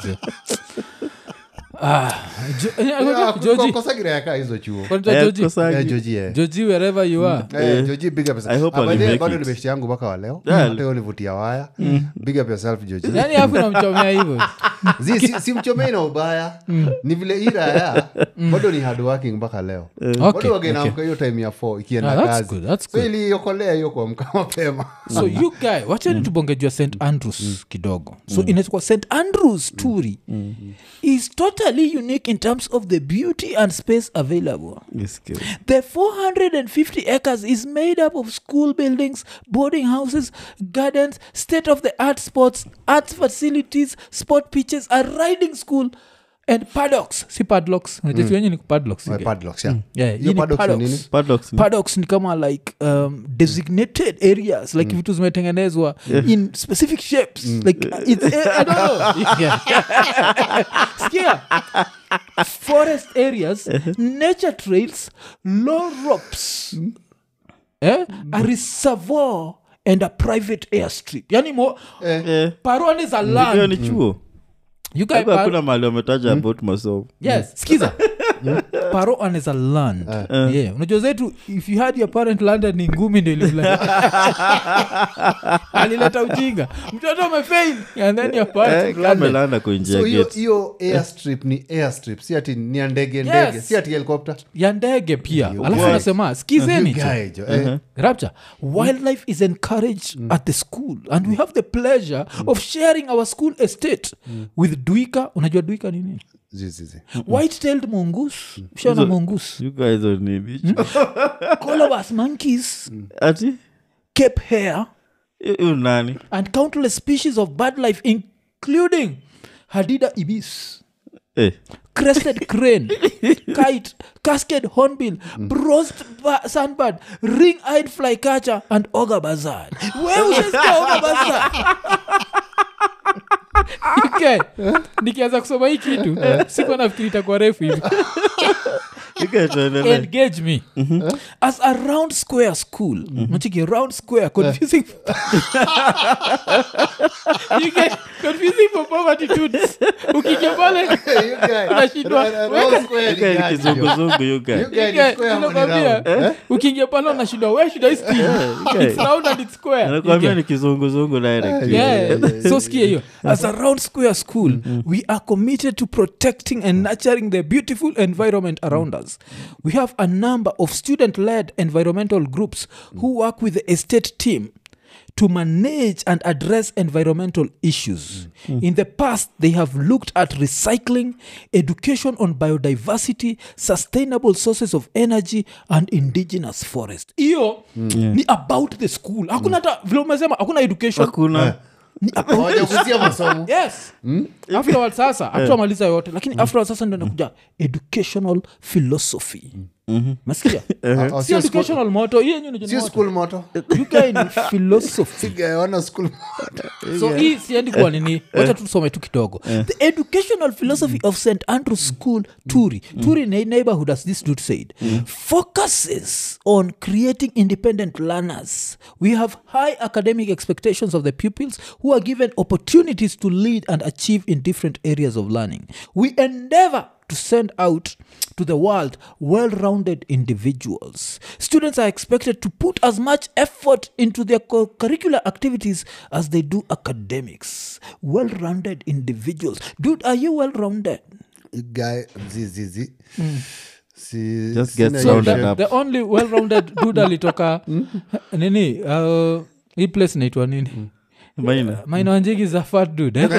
[SPEAKER 2] ah Jo- eh, ngoja,
[SPEAKER 1] Ah,
[SPEAKER 2] joji
[SPEAKER 1] kukosa kiraa kaa hizo chuo
[SPEAKER 2] Kwanza
[SPEAKER 4] Eh,
[SPEAKER 2] joji
[SPEAKER 4] kosa-
[SPEAKER 1] Eh, joji eh.
[SPEAKER 2] joji wherever you are
[SPEAKER 1] Eh, Joji, big up yourself.
[SPEAKER 4] I hope
[SPEAKER 1] Ah, by the way,
[SPEAKER 4] alimake
[SPEAKER 1] bado
[SPEAKER 4] it.
[SPEAKER 1] ni best yangu mpaka waleo
[SPEAKER 4] Yeah.
[SPEAKER 1] hata hiyo nivutia waya
[SPEAKER 2] Mm.
[SPEAKER 1] big up yourself Joji.
[SPEAKER 2] yani Yaani hapo namchomea hivyo
[SPEAKER 1] Zi- si- simchomei na ubaya
[SPEAKER 2] Mm.
[SPEAKER 1] ni vile iraya bado ni hard working mpaka leo
[SPEAKER 2] Eh. Okay,
[SPEAKER 1] bado wagenaamka hiyo time ya f ikienda
[SPEAKER 2] Ah, that's
[SPEAKER 1] kazi
[SPEAKER 2] good, that's
[SPEAKER 1] so
[SPEAKER 2] good.
[SPEAKER 1] iliokolea hiyo kuamka mapema
[SPEAKER 2] so you guy wachani tubongejua st andrews kidogo so inaitwa st andrews turi Mm. is totally unique in terms of the beauty and space available The 450 acres is made up of school buildings, boarding houses, gardens, state of the art sports, arts facilities, sport pitches, a riding school, and paddocks. Si padlocks. Unajua wenyewe ni padlocks.
[SPEAKER 1] My
[SPEAKER 2] okay. Mm.
[SPEAKER 1] padlocks, yeah.
[SPEAKER 2] Yeah, hii
[SPEAKER 1] Hiyo
[SPEAKER 2] ni
[SPEAKER 1] padlocks ni
[SPEAKER 2] padlocks.
[SPEAKER 1] nini?
[SPEAKER 4] Paradox ni-
[SPEAKER 2] Paddocks ni kama like um, designated areas
[SPEAKER 4] Mm.
[SPEAKER 2] like vitu zimetengenezwa in specific shapes like uh, it's, I don't know. Sikia. forest areas
[SPEAKER 4] Uh-huh.
[SPEAKER 2] nature trails low ropes eh?
[SPEAKER 4] Mm.
[SPEAKER 2] a reservoir and a private airstrip yani mo
[SPEAKER 4] Eh,
[SPEAKER 2] paroni za
[SPEAKER 4] hiyo
[SPEAKER 2] land
[SPEAKER 4] ni chuo
[SPEAKER 2] you guys
[SPEAKER 4] Labda hakuna
[SPEAKER 2] par-
[SPEAKER 4] mahali wametaja about masomo
[SPEAKER 2] yes skiza paroni za land yeah. unajua zetu if you had your parent land ni ngumi ndo ilimleta alileta ujinga mtoto umefail and then your
[SPEAKER 4] Eh,
[SPEAKER 2] parent landed.
[SPEAKER 4] amelanda kuinjia
[SPEAKER 1] So hiyo
[SPEAKER 4] gate
[SPEAKER 1] hiyo airstrip ni airstrip si ati ni ya ndege ndege si ati helikopta
[SPEAKER 2] ya ndege pia alafu
[SPEAKER 4] guys.
[SPEAKER 2] anasema skizeni tu.
[SPEAKER 1] gae jo
[SPEAKER 4] Uh-huh.
[SPEAKER 1] eh.
[SPEAKER 2] rapture wildlife is encouraged at the school and we have the pleasure of sharing our school estate with duika unajua duika ni nini
[SPEAKER 1] Zi, zi, zi.
[SPEAKER 2] white-tailed mongoose ushaona mongoose
[SPEAKER 4] you guys are nini
[SPEAKER 2] Mm. colobus monkeys
[SPEAKER 4] Mm. ati
[SPEAKER 2] cape hare
[SPEAKER 4] huyu nani
[SPEAKER 2] and countless species of bird life including hadida ibis
[SPEAKER 4] eh
[SPEAKER 2] crested crane, kite, cascade hornbill, bronzed ba- sunbird, ring-eyed flycatcher, and ogre buzzard. Wewe ushasikia ogre buzzard? Okay. nikianza kusoma hii kitu sikuwa nafikiri itakuwa refu hivi
[SPEAKER 4] you guys tuendelee.
[SPEAKER 2] engage me
[SPEAKER 1] Mm-hmm.
[SPEAKER 2] as a round square school mchiki round square confusing you get confusing for poverty tudes ukiingia pale
[SPEAKER 1] Eh, you guy.
[SPEAKER 2] Unashindwa.
[SPEAKER 1] Ra- ra- ra-
[SPEAKER 2] Weka-
[SPEAKER 1] square
[SPEAKER 4] You
[SPEAKER 1] ni
[SPEAKER 4] guys
[SPEAKER 1] gae, jo.
[SPEAKER 4] kizunguzungu you guys
[SPEAKER 1] You guy ni
[SPEAKER 2] Yeah,
[SPEAKER 1] square ama ni
[SPEAKER 2] ninakwambia,
[SPEAKER 1] round? Eh?
[SPEAKER 2] ukiingia pale unashindwa where should i steer
[SPEAKER 4] okay.
[SPEAKER 2] it's round and it's square
[SPEAKER 4] anakuambia
[SPEAKER 2] Okay.
[SPEAKER 4] ni kizunguzungu direct Eh,
[SPEAKER 2] Yeah. Mm-hmm. so skia hiyo as a round square school we are committed to protecting and nurturing the beautiful environment around us we have a number of student-led environmental groups who work with the estate team to manage and address environmental issues in the past they have looked at recycling education on biodiversity sustainable sources of energy and indigenous forest hiyo ni about the school hakuna hata vile umesema hakuna education
[SPEAKER 4] hakuna
[SPEAKER 2] ni about
[SPEAKER 1] Hawajagusia Oh, masomo
[SPEAKER 2] yes afterward sasa hatumaliza yote lakini afterward sasa ndo nakuja educational philosophy masikia
[SPEAKER 4] Uh-huh.
[SPEAKER 1] Ah, ah,
[SPEAKER 2] si
[SPEAKER 1] sio school-
[SPEAKER 2] educational moto hiyo yenyewe unajua ni
[SPEAKER 1] sio
[SPEAKER 2] moto.
[SPEAKER 1] school moto
[SPEAKER 2] You guy ni philosophy
[SPEAKER 1] sigaona school moto
[SPEAKER 2] so hii siendi kuwa nini wacha tusome tu kidogo the educational philosophy of st andrew school turi turi ne- neighborhood as this dude said focuses on creating independent learners we have high academic expectations of the pupils who are given opportunities to lead and achieve in different areas of learning we endeavor to send out to the world well rounded individuals. Students are expected to put as much effort into their co- curricular activities as they do academics. Well rounded individuals. Dude, are you well rounded?
[SPEAKER 1] guy mzizizi
[SPEAKER 2] Hmm.
[SPEAKER 1] si
[SPEAKER 4] Just get
[SPEAKER 1] sina
[SPEAKER 4] rounded
[SPEAKER 1] hiyo
[SPEAKER 4] up.
[SPEAKER 2] the only well rounded dude alitoka nini uh, hii place naitwa nini
[SPEAKER 4] maina
[SPEAKER 2] mainawanjigi za fat dude eh?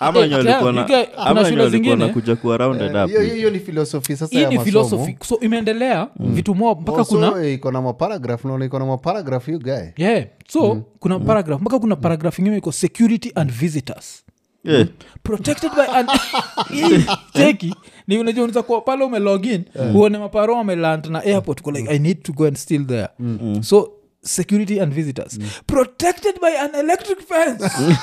[SPEAKER 4] ama wenye
[SPEAKER 2] Eh,
[SPEAKER 4] walikuwa
[SPEAKER 2] tell,
[SPEAKER 4] na-
[SPEAKER 2] you guys,
[SPEAKER 4] ama
[SPEAKER 2] kuna
[SPEAKER 4] wenye
[SPEAKER 2] shule
[SPEAKER 4] walikuwa
[SPEAKER 2] zingine?
[SPEAKER 4] nakuja kuwa rounded
[SPEAKER 1] shit.
[SPEAKER 4] up
[SPEAKER 1] Eh, hiyo hiyo- hiyo ni philosophy sasa
[SPEAKER 2] hii
[SPEAKER 1] ya
[SPEAKER 2] ni
[SPEAKER 1] masomo. Oh,
[SPEAKER 2] philosophy so imeendelea vitu moa mpaka
[SPEAKER 1] Also,
[SPEAKER 2] kuna
[SPEAKER 1] iko na maparagraph naona iko na maparagraph hiyo guy
[SPEAKER 2] yeah so kuna paragraph mpaka kuna paragraph ingine iko security and visitors
[SPEAKER 4] Yeah.
[SPEAKER 2] protected by an Hii, cheki ni unajua unaweza kuwa pale umelogin uone maparo ameland na airport uko like i need to go and steal there so security and visitors protected by an electric fence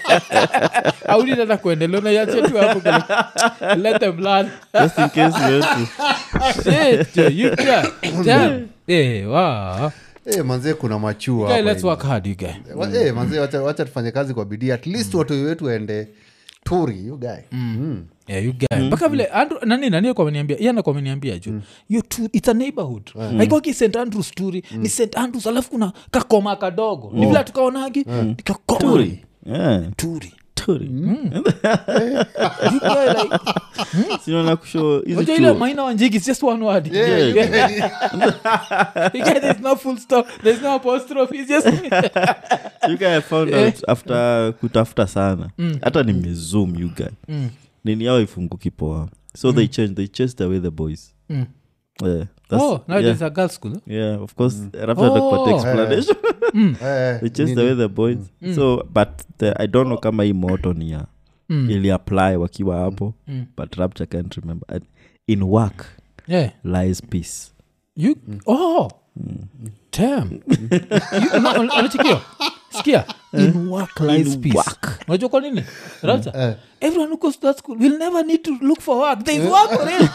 [SPEAKER 2] audi tata kuendelea unaiache tu hapo uko like, let them learn
[SPEAKER 4] Just in case wetu.
[SPEAKER 2] shit you can damn eh wow
[SPEAKER 1] Eh, manzee kuna machua
[SPEAKER 2] guy
[SPEAKER 1] hapa
[SPEAKER 2] let's
[SPEAKER 1] hivi.
[SPEAKER 2] work hard you guy
[SPEAKER 1] Wa- eh, manzee wacha wacha tufanye kazi kwa bidii at
[SPEAKER 2] Mm.
[SPEAKER 1] least watu wetu waende turi you guy
[SPEAKER 2] Yeah,
[SPEAKER 1] Mm-hmm.
[SPEAKER 2] you guy. mpaka vile Andrew- nani nani kwameniambia yana kwameniambia juu
[SPEAKER 1] Mm.
[SPEAKER 2] yo tu its a neighborhood haikoki st andrew story
[SPEAKER 1] Mm.
[SPEAKER 2] ni st andrews alafu kuna kakoma kadogo
[SPEAKER 1] Oh.
[SPEAKER 2] ni vile tukaonagi
[SPEAKER 1] Mm.
[SPEAKER 2] kakoma turi,
[SPEAKER 4] Yeah.
[SPEAKER 2] Mm.
[SPEAKER 4] Hmm.
[SPEAKER 2] You guy like,
[SPEAKER 4] Sinaona kusho- hizi
[SPEAKER 2] unajua ile
[SPEAKER 4] chuo.
[SPEAKER 2] maina wanjiki is just one word
[SPEAKER 1] Yeah, you
[SPEAKER 2] Yeah.
[SPEAKER 1] guy.
[SPEAKER 2] You guy, there's no full stop there's no apostrophe it's just
[SPEAKER 4] You guy I found
[SPEAKER 2] Eh.
[SPEAKER 4] out after kutafuta sana
[SPEAKER 2] Mm.
[SPEAKER 4] hata nimezoom you guy nini yao ifunguki poa so they
[SPEAKER 2] Mm.
[SPEAKER 4] changed they chased away the boys yeah, that's-
[SPEAKER 2] oh now
[SPEAKER 4] yeah.
[SPEAKER 2] there's a girls school huh?
[SPEAKER 4] yeah of course after the
[SPEAKER 2] Oh.
[SPEAKER 4] explanation
[SPEAKER 1] Eh,
[SPEAKER 4] they chased away the boys
[SPEAKER 2] Mm.
[SPEAKER 4] so but the, i don't know kama hii moto ni ya
[SPEAKER 2] Mm.
[SPEAKER 4] ili apply wakiwa hapo but rapture can't remember And in work
[SPEAKER 2] yeah
[SPEAKER 4] lies peace
[SPEAKER 2] you oh damn You- una- una- unachekio sikia in work Hmm. Eh. lies
[SPEAKER 4] In
[SPEAKER 2] peace.
[SPEAKER 4] work.
[SPEAKER 2] unajua kwa nini Rata? everyone who goes to that school will never need to look for work there is work already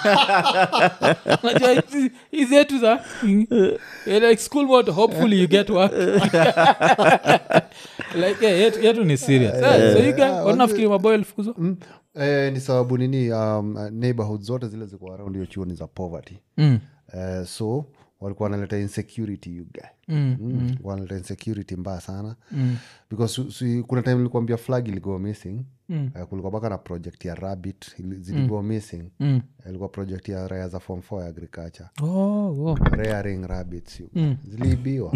[SPEAKER 2] unajua hizi- hizi zetu za eh, like school mode hopefully you get work like yeah, yetu, yetu ni serious Eh, Hmm. so you guys wanafikiri maboy walifukuzwa
[SPEAKER 1] eh, ni sababu nini um, uh, neighborhood zote zile ziko around hiyo chuo ni za poverty
[SPEAKER 2] Mm.
[SPEAKER 1] Eh, so walikuwa wanaleta insecurity you guy Mm, wanaleta insecurity mbaya sana
[SPEAKER 2] Mm.
[SPEAKER 1] because su- su- kuna time nilikuambia flag ilikuwa missing
[SPEAKER 2] Mm.
[SPEAKER 1] Eh, kulikuwa mpaka na project ya rabbit ili- zilikuwa missing Eh, ilikuwa project ya raya za form 4 ya agriculture
[SPEAKER 2] Mm. oh, Mm. oh.
[SPEAKER 1] rearing rabbits you guy. ziliibiwa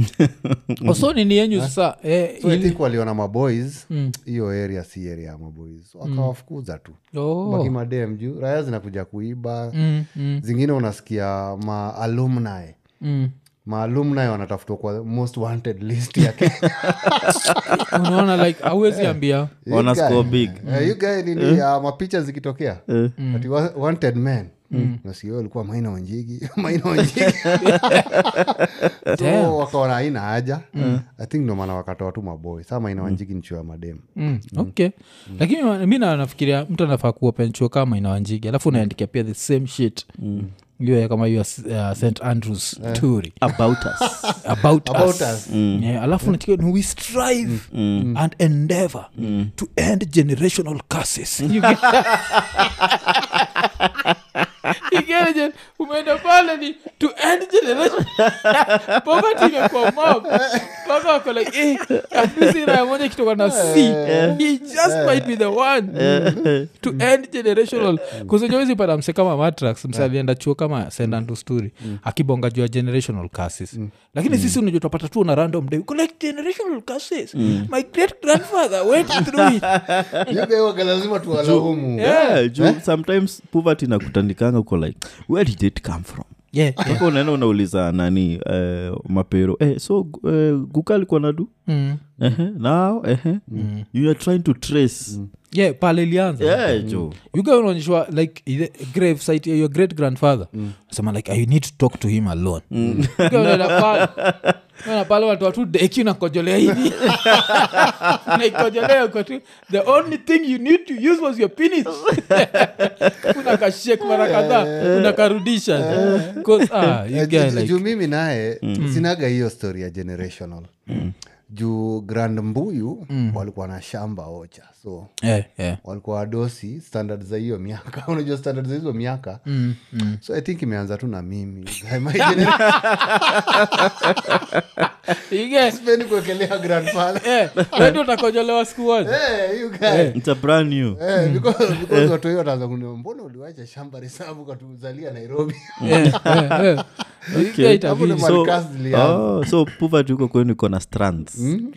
[SPEAKER 2] Oh, so nini yenyu sasa eh,
[SPEAKER 1] so i
[SPEAKER 2] ili- Mm.
[SPEAKER 1] think waliona maboys hiyo area si area ya maboys wakawafukuza tu
[SPEAKER 2] Oh.
[SPEAKER 1] baki madem juu raya zinakuja kuiba
[SPEAKER 2] Mm, mm,
[SPEAKER 1] zingine unasikia maalumni
[SPEAKER 2] mm.
[SPEAKER 1] maalumni wanatafutwa kwa most wanted list ya Kenya.
[SPEAKER 2] unaona like awezi ambia
[SPEAKER 1] You
[SPEAKER 4] Wana
[SPEAKER 1] guy.
[SPEAKER 4] score big.
[SPEAKER 1] Eh, you guy nini uh, mapicha zikitokea
[SPEAKER 2] Eh.
[SPEAKER 1] Mm. ati wa- wanted men
[SPEAKER 2] Mm.
[SPEAKER 1] nasikia walikuwa maina wanjigi maina wanjigi so
[SPEAKER 2] Damn. Mm.
[SPEAKER 1] wakaona haina haja i think ndo maana wakatoa tu maboy saa maina wanjigi ni chuo ya mademu
[SPEAKER 2] Mm, okay lakini ma- mi na- nafikiria mtu anafaa kuopenchuo kama inawanjigi alafu unaandikia pia the same shit hiyo ya kama hiyo ya s- ya st andrews tory
[SPEAKER 4] about us
[SPEAKER 2] about,
[SPEAKER 1] About
[SPEAKER 2] us, Mm.
[SPEAKER 1] us.
[SPEAKER 2] Yeah, alafu natika we strive Mm. and endeavor to end generational curses You get- You get it? umeenda pale ni to end generation poverty imekuwa mob mpaka wako like eh, at least hii raya moja kitoka na c he just might be the one to end generational kuzinyoezi pata mse kama matrax mse alienda chuo kama sendantu story akibonga juu ya generational cases lakini sisi unajua tutapata tu na random day uko like generational cases my great grandfather went through it
[SPEAKER 1] You guy waga lazima tuwalaumu
[SPEAKER 4] Eh,
[SPEAKER 2] eh.
[SPEAKER 4] yeah, juu sometimes poverty nakutandikanga uko like where did it come from
[SPEAKER 2] yeah, yeah.
[SPEAKER 4] mpaka unaenda unauliza nani eh, mapero eh, so eh, guka alikuwa nadu
[SPEAKER 2] Mm.
[SPEAKER 4] ehe nao ehe you are trying to trace
[SPEAKER 2] yeah pale ilianza
[SPEAKER 4] yeah, jo
[SPEAKER 2] you guy unaonyeshwa like ile grave site ya your great grandfather nasema like i need to talk to him alone mm. pale watu watu deki nakojolea hivi naikojolea uko tu the only thing you need to use was your penis unakashek mara kadhaa unakarudisha 'Cause, ah, you guy
[SPEAKER 1] Eh, ju-
[SPEAKER 2] like
[SPEAKER 1] juu mimi naye sinaga hiyo story ya generational juu grand mbuyu walikuwa na shamba ocha so
[SPEAKER 2] yeah, yeah.
[SPEAKER 1] walikuwa wadosi standard za hiyo miaka unajua standard za hizo miaka mm, mm. so i think imeanza tu na mimi My generation
[SPEAKER 2] You guy,
[SPEAKER 1] sipendi kuwekelea grandfather
[SPEAKER 2] eh, wewe ndio utakojolewa siku moja
[SPEAKER 1] Eh, you guy.
[SPEAKER 4] it's a brand new
[SPEAKER 1] Eh, because- because watu hiyo wataanza kuniambia, mbona uliwacha shamba resavu ukatuzalia nairobi
[SPEAKER 2] Yeah, yeah, yeah. You guy
[SPEAKER 4] Okay.
[SPEAKER 1] Hapo ndo
[SPEAKER 2] itabidi.
[SPEAKER 4] so,
[SPEAKER 1] Malikasi zilianza.
[SPEAKER 4] oh, so poverty huko kwenu iko na strands Hmm?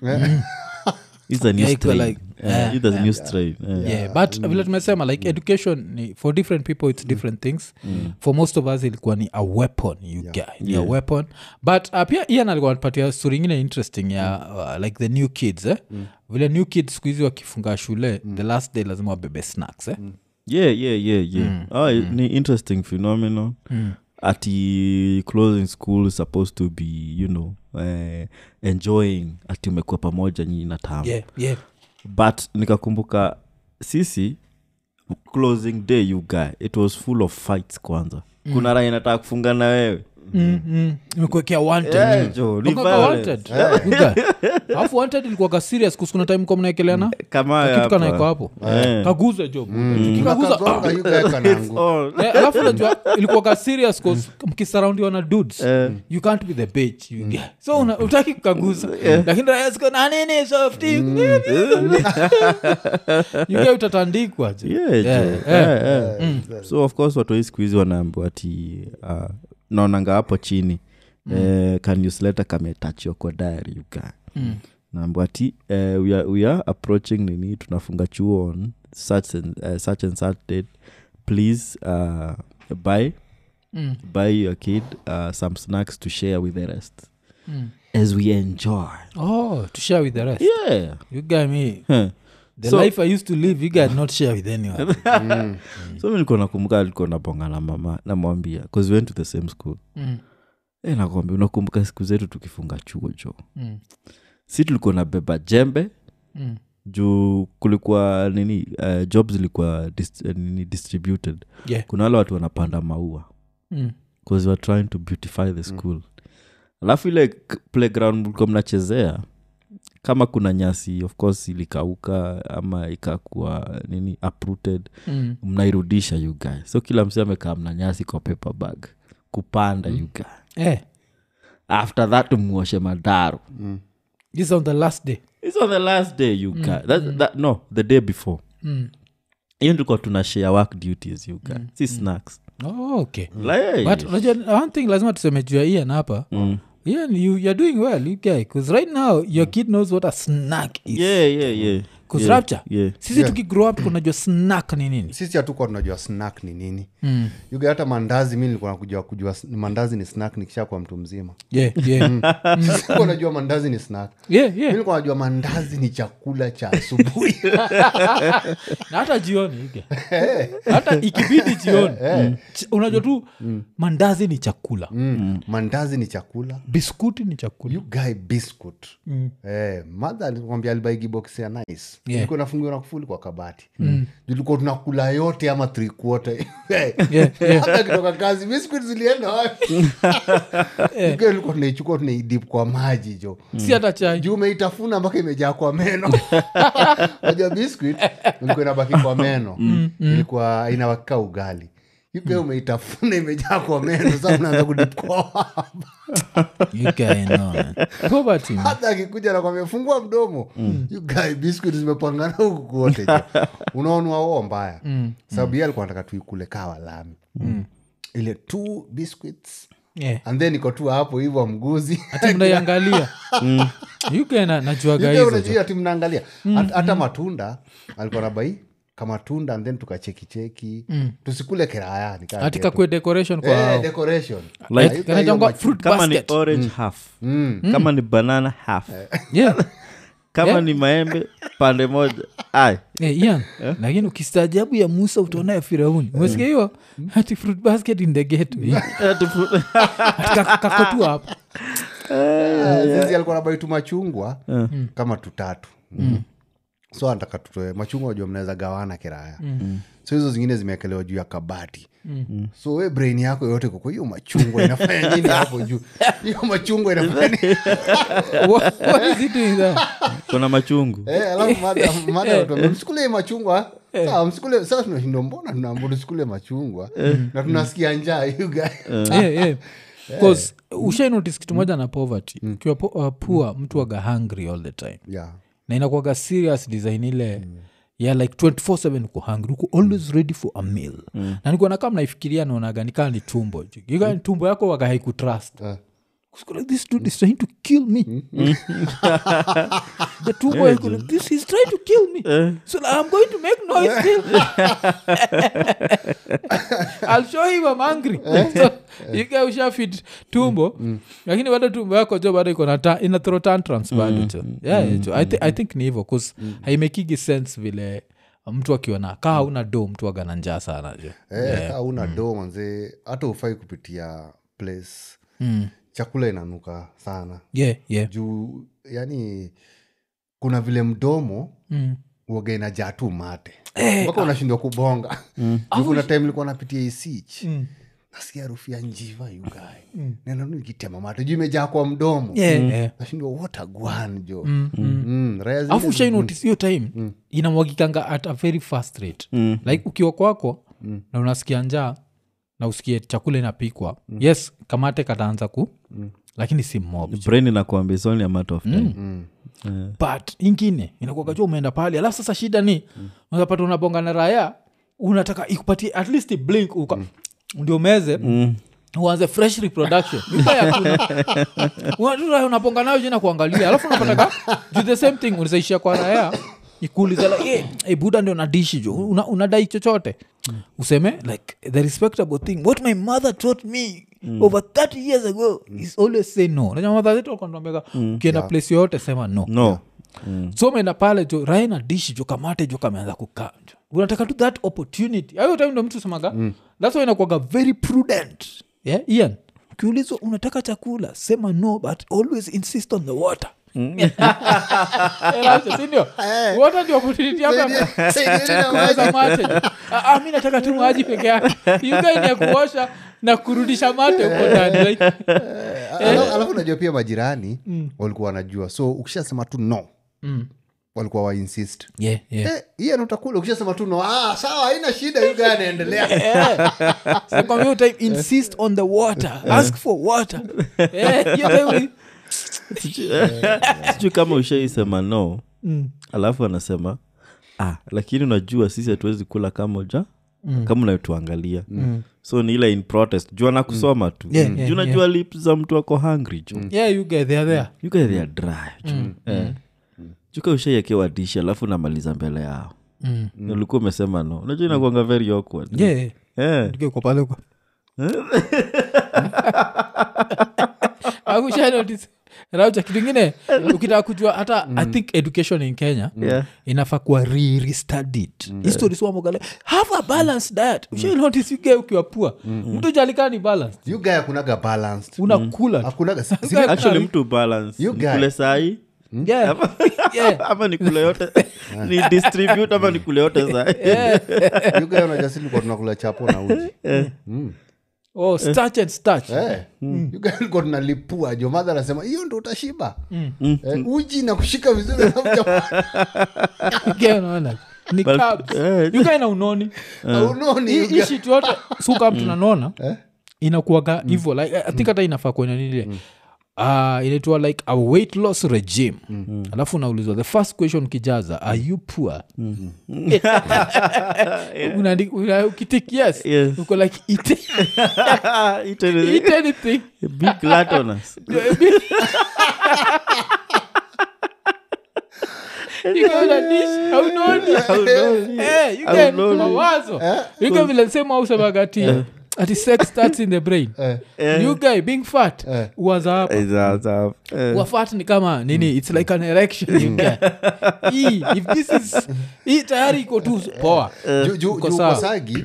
[SPEAKER 4] it's a new
[SPEAKER 2] Yeah, iko
[SPEAKER 4] strain
[SPEAKER 2] like-
[SPEAKER 4] yeah, it's a new strain yeah.
[SPEAKER 2] yeah, Mm. but vile tumesema like education ni for different people it's different things for most of us ilikuwa ni a weapon you Mm. yeah. guy ni a weapon but uh, pia ian alikuwa anapatia story ingine interesting ya uh, like the new kids eh? vile new kids siku hizi wakifunga shule the last day lazima wabebe snacks eh?
[SPEAKER 4] yeah yeah yeah yeah
[SPEAKER 2] Hmm.
[SPEAKER 4] Ah, ni interesting phenomenon ati closing school is supposed to be you know eh, enjoying ati umekuwa pamoja nyinyi na tamu
[SPEAKER 2] yeah, yeah.
[SPEAKER 4] but nikakumbuka sisi closing day you guy it was full of fights kwanza
[SPEAKER 2] Hmm.
[SPEAKER 4] kuna raha inataka kufunga na wewe
[SPEAKER 2] Mm, imekuwekea wanted
[SPEAKER 4] Eh, jo, ni
[SPEAKER 2] Kumbuka
[SPEAKER 4] violence.
[SPEAKER 2] wanted. You guy. alafu wanted ilikuwaga serious kusikuna time kwa mnaekeleana
[SPEAKER 4] kama wewe
[SPEAKER 2] kitu
[SPEAKER 4] hapa.
[SPEAKER 2] kanaekwa hapo
[SPEAKER 4] Eh.
[SPEAKER 2] kaguza job kikaguza ah,
[SPEAKER 1] Unakagonga, you guy
[SPEAKER 4] It's
[SPEAKER 1] kanaanguka.
[SPEAKER 4] all-
[SPEAKER 2] Eh, alafu unajua ilikuwaga serious 'cause mkisaraundiwa na dudes
[SPEAKER 4] Eh.
[SPEAKER 2] you can't be the bitch
[SPEAKER 4] Mm.
[SPEAKER 2] you get. so una- utaki kukaguza lakini raya ziko na nini softi
[SPEAKER 4] Mm.
[SPEAKER 2] you get utatandikwa je.
[SPEAKER 4] Yeah, jo.
[SPEAKER 2] Yeah,
[SPEAKER 4] Eh,
[SPEAKER 2] eh.
[SPEAKER 4] eh. so of course watu hii siku hizi wanaambiwa ati uh, naonanga hapo chini mm. eh, kanusletter kametachio kwa diary uka mm. naambiwa ati eh, we, are, we are approaching nini tunafunga chuo on such and, eh, such and such date please uh, buy mm. buy your kid uh, some snacks to share with the rest mm. as we enjoy
[SPEAKER 2] oh to share with the rest
[SPEAKER 4] yeah
[SPEAKER 2] you guy me
[SPEAKER 4] Huh.
[SPEAKER 2] the
[SPEAKER 4] So-
[SPEAKER 2] life i used to live you guy not share with anyone
[SPEAKER 4] so mi nilikuwa nakumbuka alikuwa nabonga na mama namwambia bcause we went to the same school
[SPEAKER 2] Mm.
[SPEAKER 4] Eh, nakwambia unakumbuka siku zetu tukifunga chuo jo
[SPEAKER 2] Mm.
[SPEAKER 4] si tulikuwa nabeba jembe
[SPEAKER 2] Mm.
[SPEAKER 4] juu kulikuwa nini uh, job zilikuwa dis, eh, nini distributed
[SPEAKER 2] Yeah.
[SPEAKER 4] kuna wale watu wanapanda maua
[SPEAKER 2] Mm.
[SPEAKER 4] bcause weare trying to beautify the school alafu ile k- playground mlikuwa mnachezea kama kuna nyasi of course ilikauka ama ikakuwa nini uprooted
[SPEAKER 2] Mm.
[SPEAKER 4] mnairudisha you guy so kila msi amekaa mna nyasi kwa paper bag kupanda you guy
[SPEAKER 2] Eh,
[SPEAKER 4] after that muoshe madaru
[SPEAKER 2] this on the last day
[SPEAKER 4] its on the last day you
[SPEAKER 2] Mm.
[SPEAKER 4] guy that, that, no the day before hiyo ndikuwa tuna share work duties you guy si snacks
[SPEAKER 2] oh, okay
[SPEAKER 4] Like,
[SPEAKER 2] Mm. but unajua one thing lazima tuseme juu ya ian hapa
[SPEAKER 4] Mm.
[SPEAKER 2] ian you, you're doing well you guy because right now your kid knows what a snack is
[SPEAKER 4] yeah, yeah, yeah.
[SPEAKER 2] Cause
[SPEAKER 4] Yeah,
[SPEAKER 2] rapture
[SPEAKER 4] yeah.
[SPEAKER 2] sisi yeah. tukigrow up kunajua snack ni nini
[SPEAKER 1] sisi hatukuwa tunajua snack ni nini mm. yuga hata mandazi mi nilikuwa nakujua kujua s- mandazi ni snack nikisha kwa mtu mzima
[SPEAKER 2] yeah, yeah.
[SPEAKER 1] sikuwa najua mandazi ni snack
[SPEAKER 2] Mm. yeah,
[SPEAKER 1] mi
[SPEAKER 2] yeah.
[SPEAKER 1] nilikuwa najua mandazi ni chakula cha asubuhi
[SPEAKER 2] na hata jioni Ige. hata ikibidi jioni
[SPEAKER 4] Mm.
[SPEAKER 2] Ch- unajua tu mandazi ni chakula
[SPEAKER 1] mm. mandazi ni chakula
[SPEAKER 2] biskuti ni chakula
[SPEAKER 1] you guy biscuit mm. eh, madha alikwambia alibaigi box ya nice
[SPEAKER 2] Yeah.
[SPEAKER 1] ilikuwa nafungiwa na kufuli kwa kabati mm. tulikuwa tunakula yote ama three quarter Eh,
[SPEAKER 2] Yeah, yeah.
[SPEAKER 1] hata akitoka kazi biscuit zilienda wapi You guy ilikuwa tunaichukua tunaidip kwa maji jo
[SPEAKER 4] Mm.
[SPEAKER 2] si hata chai
[SPEAKER 1] juu umeitafuna mpaka imejaa kwa meno najua biscuit ilikuwa inabaki kwa meno ilikuwa inawakika ugali yuke umeitafuna imejaa kwa meno sa unaanza kudipkoa
[SPEAKER 2] You guy know, man. Poverty, man.
[SPEAKER 1] hata akikuja nakwambia fungua mdomo You guy, biscuit zimepangana huku kuote unaonua oo mbaya sababu yeye alikuwa nataka tuikule kawa lami ile two biscuits
[SPEAKER 2] Yeah.
[SPEAKER 1] and then iko tu hapo hivyo mguzi
[SPEAKER 2] Ati mnaiangalia
[SPEAKER 4] Mm.
[SPEAKER 2] You guy na- najuaga
[SPEAKER 1] Yuke
[SPEAKER 2] hizo
[SPEAKER 1] Mm, unajua ati mnaangalia Hat- hata matunda alikuwa nabai kama tunda and then tukachekicheki mm. tusikule kirayani
[SPEAKER 2] atika kwe decoration kwa
[SPEAKER 1] Eh,
[SPEAKER 2] hao.
[SPEAKER 4] Like-
[SPEAKER 2] Kanaitangwa fruit
[SPEAKER 4] kama ni
[SPEAKER 2] basket
[SPEAKER 4] orange half kama ni banana half
[SPEAKER 2] yeah.
[SPEAKER 4] kama
[SPEAKER 2] Yeah.
[SPEAKER 4] ni maembe pande moja ay
[SPEAKER 2] Eh, Ian, lakini ukistaajabu ya musa utaona ya firauni
[SPEAKER 4] Mm.
[SPEAKER 2] umesikia hiyo ati fruit basket in the gate kakotu hapo
[SPEAKER 1] Ah, zizi alikuwa nabaitu machungwa kama tutatu mm. so anataka tutoe machungwa wajua mnaweza gawana kiraya mm. so hizo zingine zimeekelewa juu ya kabati mm. so we brain yako yote kuko hiyo machungwa inafanya nini hapo juu hiyo machungwa inafanya nini
[SPEAKER 2] What- what is it doing there?
[SPEAKER 4] kuna machungu
[SPEAKER 1] Eh, alafu mada- mada watuambia, msikule hii machungwa Sawa, msikule sasa tunashinda mbona tunaambua tusikule machungwa na tunasikia njaa you guys.
[SPEAKER 2] Yeah, yeah. Eh, 'Cause ushai notice kitu moja na poverty ukiwa po, uh, poor mtu waga hungry all the time
[SPEAKER 1] Yeah.
[SPEAKER 2] na inakuaga serious design ile ya like 247 uko hungry uko always ready for a meal na nikuona kama naifikiria naonaga nikaa ni tumbo ikaa ni tumbo yako waga haikutrust
[SPEAKER 1] Eh.
[SPEAKER 2] Kusikia like, this dude is trying to kill me the two boy go like, this is trying to kill me so like, i'm going to make noise still i'll show him i'm angry so you guy ushafit tumbo lakini bado tumbo yako jo bado iko na ta- ina throw tantrums bado cho yeah cho I, thi- i think ni hivyo bcause haimekigi sense vile mtu akiwa na kaa hauna do mtu agana njaa sana jo
[SPEAKER 1] Eh, kaa una doo manzee hata ufai kupitia place Mm. chakula inanuka sana
[SPEAKER 2] yeah yeah
[SPEAKER 1] juu yani kuna vile mdomo mm Eh. uoga inajaa tu mate mpaka unashindwa kubonga juu kuna time ilikuwa napitia isich
[SPEAKER 2] Mm,
[SPEAKER 1] nasikia harufu ya njiva yugae mm. nikitema mate juu imejaa kwa mdomo
[SPEAKER 2] Yeah. Yeah.
[SPEAKER 1] nashindwa watagwan jo mm. mm. Raya zingine-
[SPEAKER 2] afu ushai notice hiyo time inamwagikanga at a very fast rate like ukiwa kwako na unasikia njaa na usikie chakula inapikwa yes kamate kataanza ku lakini si mob
[SPEAKER 4] brain inakuambia it's only a matter
[SPEAKER 2] Mm.
[SPEAKER 4] of time
[SPEAKER 2] but ingine inakuakajua umeenda pale alafu sasa shida ni unapata unabonga na raya unataka ikupatie at least blink uka, ndio meze uanze fresh reproduction Vibaya kuna. Unajua raya unabonga nayo jina kuangalia alafu unapataka do the same thing unazaishia kwa raya ikuuliza like, "Eh, eh, buda ndio nadishi jo una, unadai chochote useme like the respectable thing what my mother taught me over 30 years ago is always say no Unajua mother zetu walikuwa wanatuambiaga, ukienda place yoyote sema no
[SPEAKER 4] no
[SPEAKER 2] so umeenda pale jo raina dishi jo kamate jo kameanza kukaa jo unataka tu that opportunity ayo time ndo mtu semaga mm. thats why inakuwaga very prudent yeah? ian ukiulizwa unataka chakula sema no but always insist on the water Elijah, si ndio? Water ndio opportunity yako ya-
[SPEAKER 1] Saidieni na maji.
[SPEAKER 2] kuongeza mate Ah, ah, mi nataka tu maji peke yake yugaini ya kuosha na kurudisha mate huko ndani like,
[SPEAKER 1] Ala- alafu unajua pia majirani walikuwa wanajua so ukishasema tu no walikuwa wainsist
[SPEAKER 2] yeah, yeah.
[SPEAKER 1] Mm. Eh, hiyo ndo utakula ukishasema tu no ah, sawa haina shida yuga anaendelea
[SPEAKER 2] nakwambia hiyo time insist on the water ask for water Eh, hiyo time ni-
[SPEAKER 4] sijui kama ushaisema no
[SPEAKER 2] Mm.
[SPEAKER 4] alafu anasema ah, lakini unajua sisi hatuwezi kula kama uja
[SPEAKER 2] Mm.
[SPEAKER 4] kama unatuangalia so ni ile in protest juu anakusoma tu Mm.
[SPEAKER 2] Yeah,
[SPEAKER 4] juu
[SPEAKER 2] yeah,
[SPEAKER 4] unajua lips za mtu ako hungry juu
[SPEAKER 2] yeah you get there there
[SPEAKER 4] you guys they are
[SPEAKER 2] Mm,
[SPEAKER 4] dry juu eh. Juu kama ushaiekewa dishi alafu unamaliza mbele yao Na ulikuwa umesema no unajua inakuanga very awkward
[SPEAKER 2] Mm. yeah
[SPEAKER 4] Eh.
[SPEAKER 2] ndio kwa pale kwa akusha notice raucha kitu ingine ukitaka kujua hata i think education in kenya
[SPEAKER 4] Mm. Yeah. Mm.
[SPEAKER 2] inafaa kuwa really studied history si wamoga like, have a balanced diet usha notice you get ukiwa poor
[SPEAKER 4] Mm-hmm.
[SPEAKER 2] mtu jalikana ni balanced
[SPEAKER 1] yuga akunaga balanced
[SPEAKER 2] unakula tu.
[SPEAKER 1] akunaga si- si-
[SPEAKER 2] Guy-
[SPEAKER 4] Mm. actually mtu balance
[SPEAKER 1] You guy.
[SPEAKER 4] nikule sahi
[SPEAKER 2] yeah yeah
[SPEAKER 4] ama nikule yote ni distribute ama nikule yote sahi
[SPEAKER 1] yuga unajua sisi tulikuwa tunakula chapo na uji
[SPEAKER 2] oh starch and starch
[SPEAKER 1] Eh, yuga tulikuwa tunalipua jo madha anasema hiyo ndo utashiba Eh, uji na kushika vizuri alafu chapa-
[SPEAKER 2] Yeah, unaona ni
[SPEAKER 4] But-
[SPEAKER 2] carbs.
[SPEAKER 4] eh.
[SPEAKER 2] You guy na unoni
[SPEAKER 1] unoni
[SPEAKER 2] Hii- hii
[SPEAKER 1] yuga
[SPEAKER 2] shit yote suka mtu nanona inakuaga hivo like, I- I think hata inafaa kwenye nile Uh, inaitwa like a weight loss regime alafu unaulizwa the first question ukijaza are you poor Unaandika- una- ukitik yes,
[SPEAKER 4] Yes.
[SPEAKER 2] uko like eat,
[SPEAKER 4] Eat anything.
[SPEAKER 2] eat anything
[SPEAKER 4] Be gluttonous.
[SPEAKER 2] You guys are dish, haunoni. Eh, you guys
[SPEAKER 4] Haunoni.
[SPEAKER 2] mawazo You guys vile sema usemaga ati ati sex starts in the brain
[SPEAKER 1] Eh.
[SPEAKER 2] you guy being fat was
[SPEAKER 4] Eh.
[SPEAKER 2] up wafat ni kama nini its like an erection you guy. Hii, if this is hii tayari iko tu poa
[SPEAKER 1] Ju- ju-
[SPEAKER 2] Uko
[SPEAKER 1] ju-
[SPEAKER 2] sawa.
[SPEAKER 1] ukosagi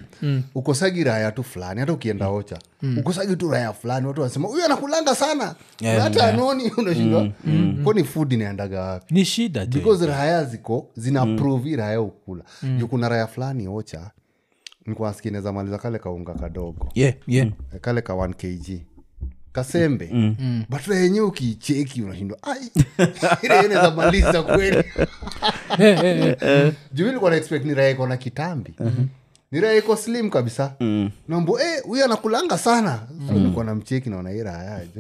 [SPEAKER 1] ukosagi raya tu fulani hata ukienda ocha ukosagi tu raya fulani watu wanasema huyu anakulanga sana hata anoni unashindwa Mm. kwani food inaendaga wapi
[SPEAKER 2] ni shida je.
[SPEAKER 1] because raya ziko zina prove hii raya ukula juu kuna raya fulani ocha nikuaskineza maliza kale kaunga kadogo
[SPEAKER 2] yeah, yeah.
[SPEAKER 1] kale ka 1 kg kasembe mm. but raya yenyewe ukiicheki unashindwa ai raya inaweza maliza kweli
[SPEAKER 2] Eh, eh, eh.
[SPEAKER 1] juu ilikuwa na expect ni raha iko na kitambi
[SPEAKER 2] Mm-hmm.
[SPEAKER 1] ni raha iko slim kabisa
[SPEAKER 2] Mm.
[SPEAKER 1] nambo eh, huyu anakulanga sana so nilikuwa na mcheki naona hii raha yaje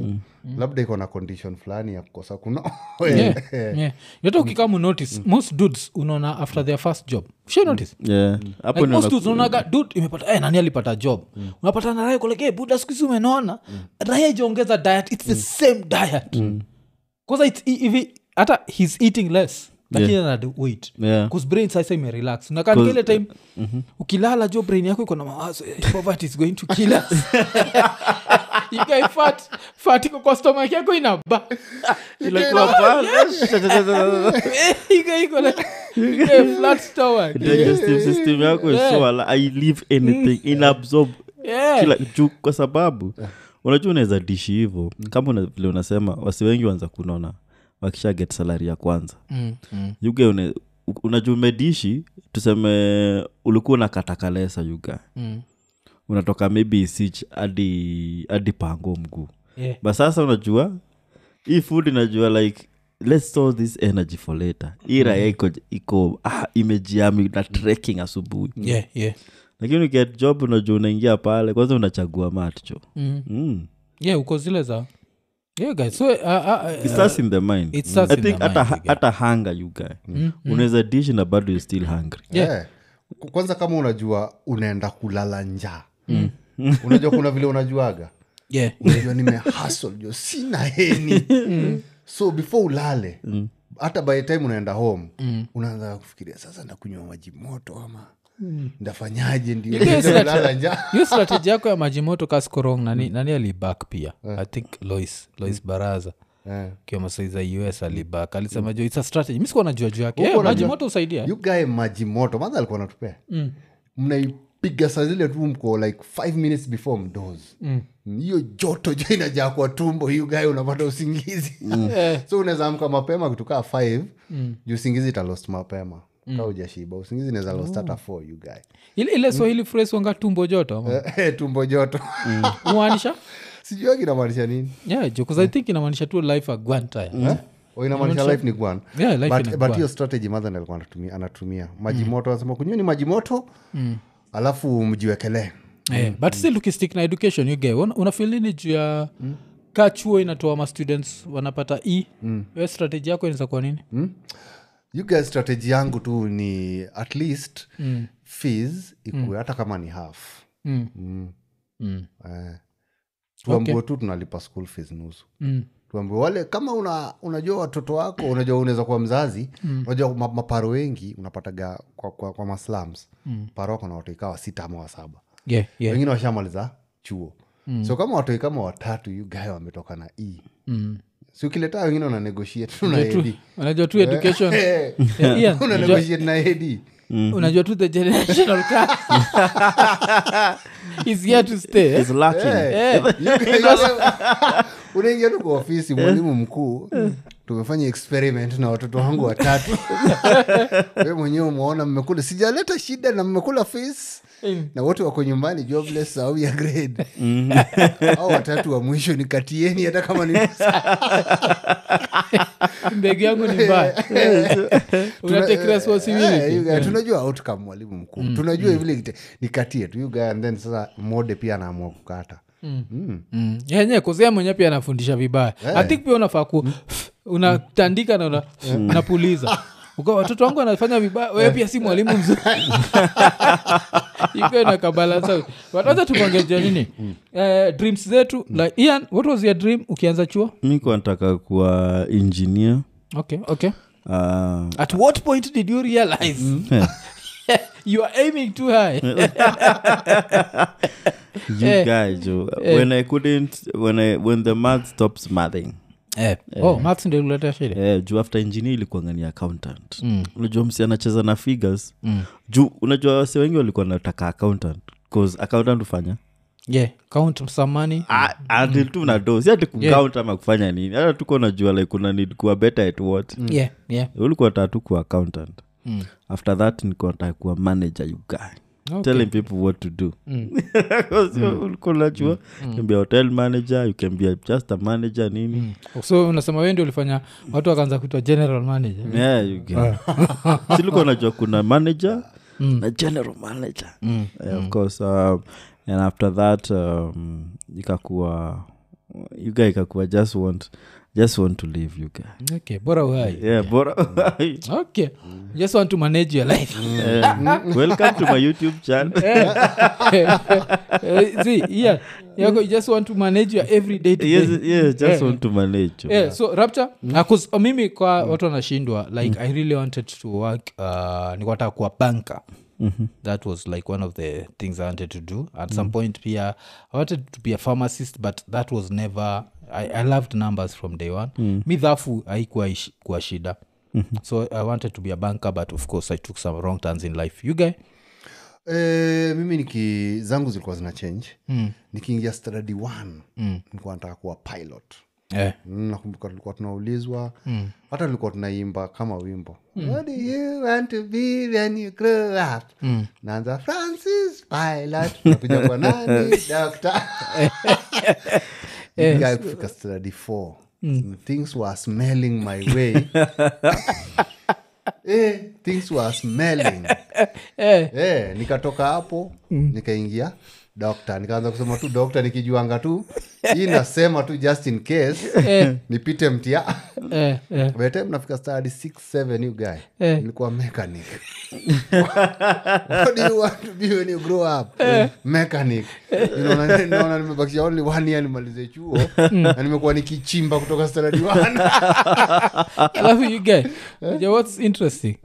[SPEAKER 2] Mm.
[SPEAKER 1] labda iko na condition fulani ya kukosa Eh. kuno
[SPEAKER 2] Yeah, yeah. Yote ukikamu notice most dudes unaona after their first job Usha notice
[SPEAKER 4] Yeah. Hapo
[SPEAKER 2] Like
[SPEAKER 4] ndio Mm.
[SPEAKER 2] most
[SPEAKER 4] naku-
[SPEAKER 2] dudes unaonaga, dude, imepata eh, nani alipata job unapata na raha kolege buda skuhizi umenaona
[SPEAKER 4] Mm.
[SPEAKER 2] raha ijaongeza diet its the same diet kwanza it's- i- hivi hata he's eating less lakini anadu wait
[SPEAKER 4] Yeah. uh, mm-hmm.
[SPEAKER 2] Cause brain sasa imerelax Unakaa ile time ukilala jo brain yako iko na mawazo eh, poverty is going to kill us You guy fat fat iko kwa stomach yako inaba
[SPEAKER 4] Ilikuwa fast.
[SPEAKER 2] You guy eh, iko like- you guy flat stomach.
[SPEAKER 4] digestive system yako is so ala- i live anything inabsorb
[SPEAKER 2] Yeah.
[SPEAKER 4] kila juu kwa sababu unajua unaweza dishi hivo kama una- vile unasema wasi wengi wanza kunona wakisha get salari ya kwanza mm, mm. yuga une, u- unajua umedishi tuseme ulikuwa unakatakalesa yuga mm. unatoka maybe isich hadi hadi pango mguu
[SPEAKER 2] Yeah.
[SPEAKER 4] but sasa unajua hii food inajua like let's store this energy for later hii raya iko, iko ah, imejiami na trekking asubuhi
[SPEAKER 2] Yeah, yeah.
[SPEAKER 4] lakini ukiet job unajua unaingia pale kwanza unachagua matcho mm. mm.
[SPEAKER 2] yeah uko zile za yeah, guys. So, uh, uh,
[SPEAKER 4] It
[SPEAKER 2] uh,
[SPEAKER 4] starts in the mind
[SPEAKER 2] It starts
[SPEAKER 4] I
[SPEAKER 2] in
[SPEAKER 4] think
[SPEAKER 2] the
[SPEAKER 4] hata-
[SPEAKER 2] mind, yeah.
[SPEAKER 4] hata hanga you guy mm. unaweza dish na bado you still hungry
[SPEAKER 2] Yeah.
[SPEAKER 1] Eh, ku- kwanza kama unajua unaenda kulala njaa
[SPEAKER 2] Mm.
[SPEAKER 1] unajua kuna vile unajuaga
[SPEAKER 2] yeah.
[SPEAKER 1] unajua nimehasl jo sina heni so before ulale hata by the time unaenda home unaanza kufikiria sasa ndakunywa maji moto ama ndafanyaje ndio
[SPEAKER 2] guys
[SPEAKER 1] niweze
[SPEAKER 2] that-
[SPEAKER 1] kulala njaa
[SPEAKER 2] hiyo strateji yako ya majimoto kaskorong nani, nani alibak pia i think lois lois baraza
[SPEAKER 1] Eh.
[SPEAKER 2] kiwa masaiza us alibak alisema jo it's a strategy mi sikuwa najua juu yake
[SPEAKER 1] Huko
[SPEAKER 2] yeah,
[SPEAKER 1] unajua-
[SPEAKER 2] majimoto husaidia
[SPEAKER 1] you guy maji moto madha alikuwa natupea mnaipiga saa zile tu mko like five minutes before mdozi hiyo joto jo inajaa kwa tumbo hiyo guy unapata usingizi
[SPEAKER 2] Mm.
[SPEAKER 1] so unaweza amka mapema kutukaa five juu usingizi italost mapema kaa ujashiba usingizi inaweza lost hata four you guy
[SPEAKER 2] ile, ile swahili phrase wanga tumbo joto ama?
[SPEAKER 1] Eh, tumbo joto
[SPEAKER 2] Mm. humaanisha
[SPEAKER 1] sijua kinamaanisha nini
[SPEAKER 2] yeah, jo 'cause i think inamaanisha tu life agwantaya
[SPEAKER 1] Eh? O inamaanisha life ni gwan
[SPEAKER 2] Yeah, life
[SPEAKER 1] But-
[SPEAKER 2] ni Mm.
[SPEAKER 1] but
[SPEAKER 2] gwan.
[SPEAKER 1] hiyo strategy mother alikuwa anatumia, anatumia maji moto anasema kunyweni maji moto
[SPEAKER 2] Mm.
[SPEAKER 1] alafu mjiwekelee
[SPEAKER 2] Eh, but
[SPEAKER 1] Mm.
[SPEAKER 2] still ukistick na education you get una- unafeel nini juu ya ka chuo inatoa ma students wanapata e
[SPEAKER 1] Mm.
[SPEAKER 2] we strategy yako inaweza kuwa nini
[SPEAKER 1] You guys, strategy yangu tu ni at least fees ikue hata kama ni half
[SPEAKER 2] Mm.
[SPEAKER 1] Mm.
[SPEAKER 2] Mm.
[SPEAKER 1] Eh. tuambiwe tu tunalipa school fees nusu
[SPEAKER 2] Mm.
[SPEAKER 1] tuambiwe wale kama una, unajua watoto wako unajua unaweza kuwa mzazi
[SPEAKER 2] Mm.
[SPEAKER 1] unajua ma, maparo wengi unapataga kwa, kwa, kwa maslums mm. paro wako na watoikawa sita ama wasaba
[SPEAKER 2] yeah, yeah.
[SPEAKER 1] wengine washamaliza chuo mm. so kama watoi kama watatu yugae wametoka na e
[SPEAKER 2] Mm.
[SPEAKER 1] si ukiletaa wengine una negotiate na
[SPEAKER 2] Unajua tu-
[SPEAKER 1] edi
[SPEAKER 2] unajua tu education Yeah, Mm. Ian,
[SPEAKER 1] una
[SPEAKER 2] unajua-
[SPEAKER 1] negotiate na edi
[SPEAKER 2] unajua tu the generational curse is here to stay eh?
[SPEAKER 4] It's lacking.
[SPEAKER 2] Eh,
[SPEAKER 1] Yaani, unaingia tu kwa ofisi mwalimu mkuu tumefanya experiment na watoto wangu watatu we mwenyewe umeona mmekula sijaleta shida na mmekula fis
[SPEAKER 2] Mm.
[SPEAKER 1] na wote wako nyumbani jobless sababu ya grade au watatu wa mwisho nikatieni hata kama ni
[SPEAKER 2] mbegu yangu ni mbaya Una take
[SPEAKER 1] Eh, you
[SPEAKER 2] responsibility.
[SPEAKER 1] guy, tunajua outcome mwalimu mkuu
[SPEAKER 2] Mm.
[SPEAKER 1] tunajua vile kite- nikatie tu you guy, and then sasa mode pia anaamua kukata
[SPEAKER 2] Mm. yenye kuzea mwenye pia anafundisha vibaya yeah. Mm. athink pia unafaa ku unatandika na una, unapuliza uka watoto wangu wanafanya vibaya wewe pia si mwalimu mzuri iko inakabalansa wataza tumongeja nini Eh, dreams zetu like ian what was your dream ukianza chuo
[SPEAKER 4] mi kuwa nataka kuwa engineer
[SPEAKER 2] okay okay
[SPEAKER 4] Ah.
[SPEAKER 2] at what point did you realize you are aiming too high
[SPEAKER 4] you
[SPEAKER 2] Eh.
[SPEAKER 4] guy jo when i couldn't when i when the math stops mathing
[SPEAKER 2] eh. oh maths ndio ilileta shida
[SPEAKER 4] eh, juu after engineer ilikuanga ni accountant mm. unajua msi anacheza na figures mm. juu unajua wase wengi walikuwa nataka accountant bcause accountant hufanya
[SPEAKER 2] yeah count some money
[SPEAKER 4] Ah, until tu nado si ati kucount ama kufanya nini hata tuko najua like kuna need kuwa better at what
[SPEAKER 2] yeah yeah
[SPEAKER 4] ulikuwa nataka tu kuwa accountant after that nikuwa nataka kuwa manager you guy telling people what to do Because you- ulikuwa unajua you can be a hotel manager you can be a- just a manager nini
[SPEAKER 2] so unasema wewe ndio ulifanya watu wakaanza kuitwa general manager
[SPEAKER 4] Mm. yeah, you get- silikuwa najua kuna manager
[SPEAKER 2] Mm.
[SPEAKER 4] na general manager yeah, of course um, and after that um, ikakuwa yuga ikakuwa just want just want to live yuga
[SPEAKER 2] okay bora uhai
[SPEAKER 4] yeah, bora
[SPEAKER 2] okay just want to manage your life
[SPEAKER 4] Yeah.
[SPEAKER 2] Mm.
[SPEAKER 4] welcome to my youtube channel
[SPEAKER 2] Eh, see yeah yako you just want to manage your everyday to
[SPEAKER 4] yes,
[SPEAKER 2] day.
[SPEAKER 4] yes just
[SPEAKER 2] Yeah.
[SPEAKER 4] want to manage
[SPEAKER 2] yeah, so rapture mm. uh, mimi kwa watu wanashindwa like mm. i really wanted to work uh, nikwataka kuwa banka Mm-hmm. that was like one of the things i wanted to do at mm. some point pia i wanted to be a pharmacist but that was never i, I loved numbers from day one mm. mi dhafu haikuwa ish- kuwa shida mm-hmm. so i wanted to be a banker but of course i took some wrong turns in life you guy
[SPEAKER 1] Eh, mimi niki zangu zilikuwa zina change mm. nikiingia study one mm. nilikuwa nataka kuwa pilot
[SPEAKER 2] yeah.
[SPEAKER 1] Mm, nakumbuka tulikuwa tunaulizwa mm. hata tulikuwa tunaimba kama wimbo what do you want to be when you grow up mm. naanza francis pilot napiga kwa nani dokta Guy kufika study four things were smelling my way eh, things were smelling Eh, nikatoka hapo
[SPEAKER 2] Mm.
[SPEAKER 1] nikaingia dokta nikaanza kusema tu dokta nikijuanga tu hii nasema tu just in case nipite mtia
[SPEAKER 2] Eh, eh.
[SPEAKER 1] By the time nafika study 67 you guy
[SPEAKER 2] Eh.
[SPEAKER 1] nilikuwa mechanic what do you want to be when you grow up
[SPEAKER 2] Eh.
[SPEAKER 1] mechanic You know, na- naona nimebakisha only one year nimalize chuo
[SPEAKER 2] Mm.
[SPEAKER 1] na nimekuwa nikichimba kutoka study 1
[SPEAKER 2] alafu you guy yeah, what's interesting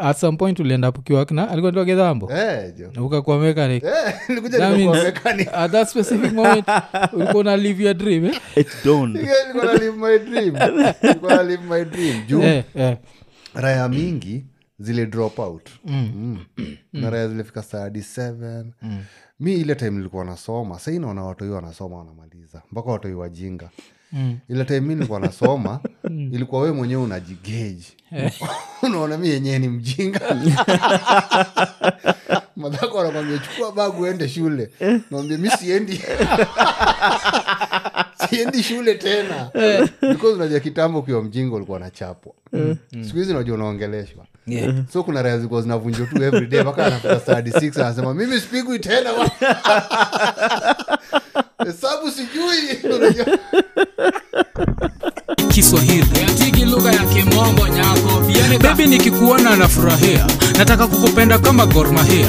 [SPEAKER 2] at some point ulienda pukiwakna alikuwa ndiwa gedhambo
[SPEAKER 1] eh jo
[SPEAKER 2] ukakuwa mechanic
[SPEAKER 1] eh nilikuja
[SPEAKER 2] That
[SPEAKER 1] nimekuwa
[SPEAKER 2] means-
[SPEAKER 1] mechanic
[SPEAKER 2] at that specific moment ulikuwa una live your dream eh?
[SPEAKER 4] it's done
[SPEAKER 1] Yeah, nilikuwa na live my dream nilikuwa na live my dream juu
[SPEAKER 2] Eh, eh.
[SPEAKER 1] raya mingi zile drop out mm. na raya zilifika stadi 7 mm. mi ile time nilikuwa nasoma sai naona watoi wanasoma wanamaliza mpaka watoi wajinga mm. ile time mi nilikuwa nasoma ilikuwa we mwenyewe unajigeji unaona mi yenyewe ni mjinga madhako anakwambia chukua bagu uende shule nawambia mi siendi siendi shule tena because unajua kitambo ukiwa mjinga ulikuwa nachapwa siku hizi unajua unaongeleshwa so kuna raya zilikuwa zinavunjwa tu everyday mpaka anafika stadi six anasema mimi sipigwi tena wa- hesabu sijui Unajua.
[SPEAKER 3] kiswahili yatiki lugha ya kimombo nyako
[SPEAKER 2] bebi nikikuona nafurahia nataka kukupenda kama gormahia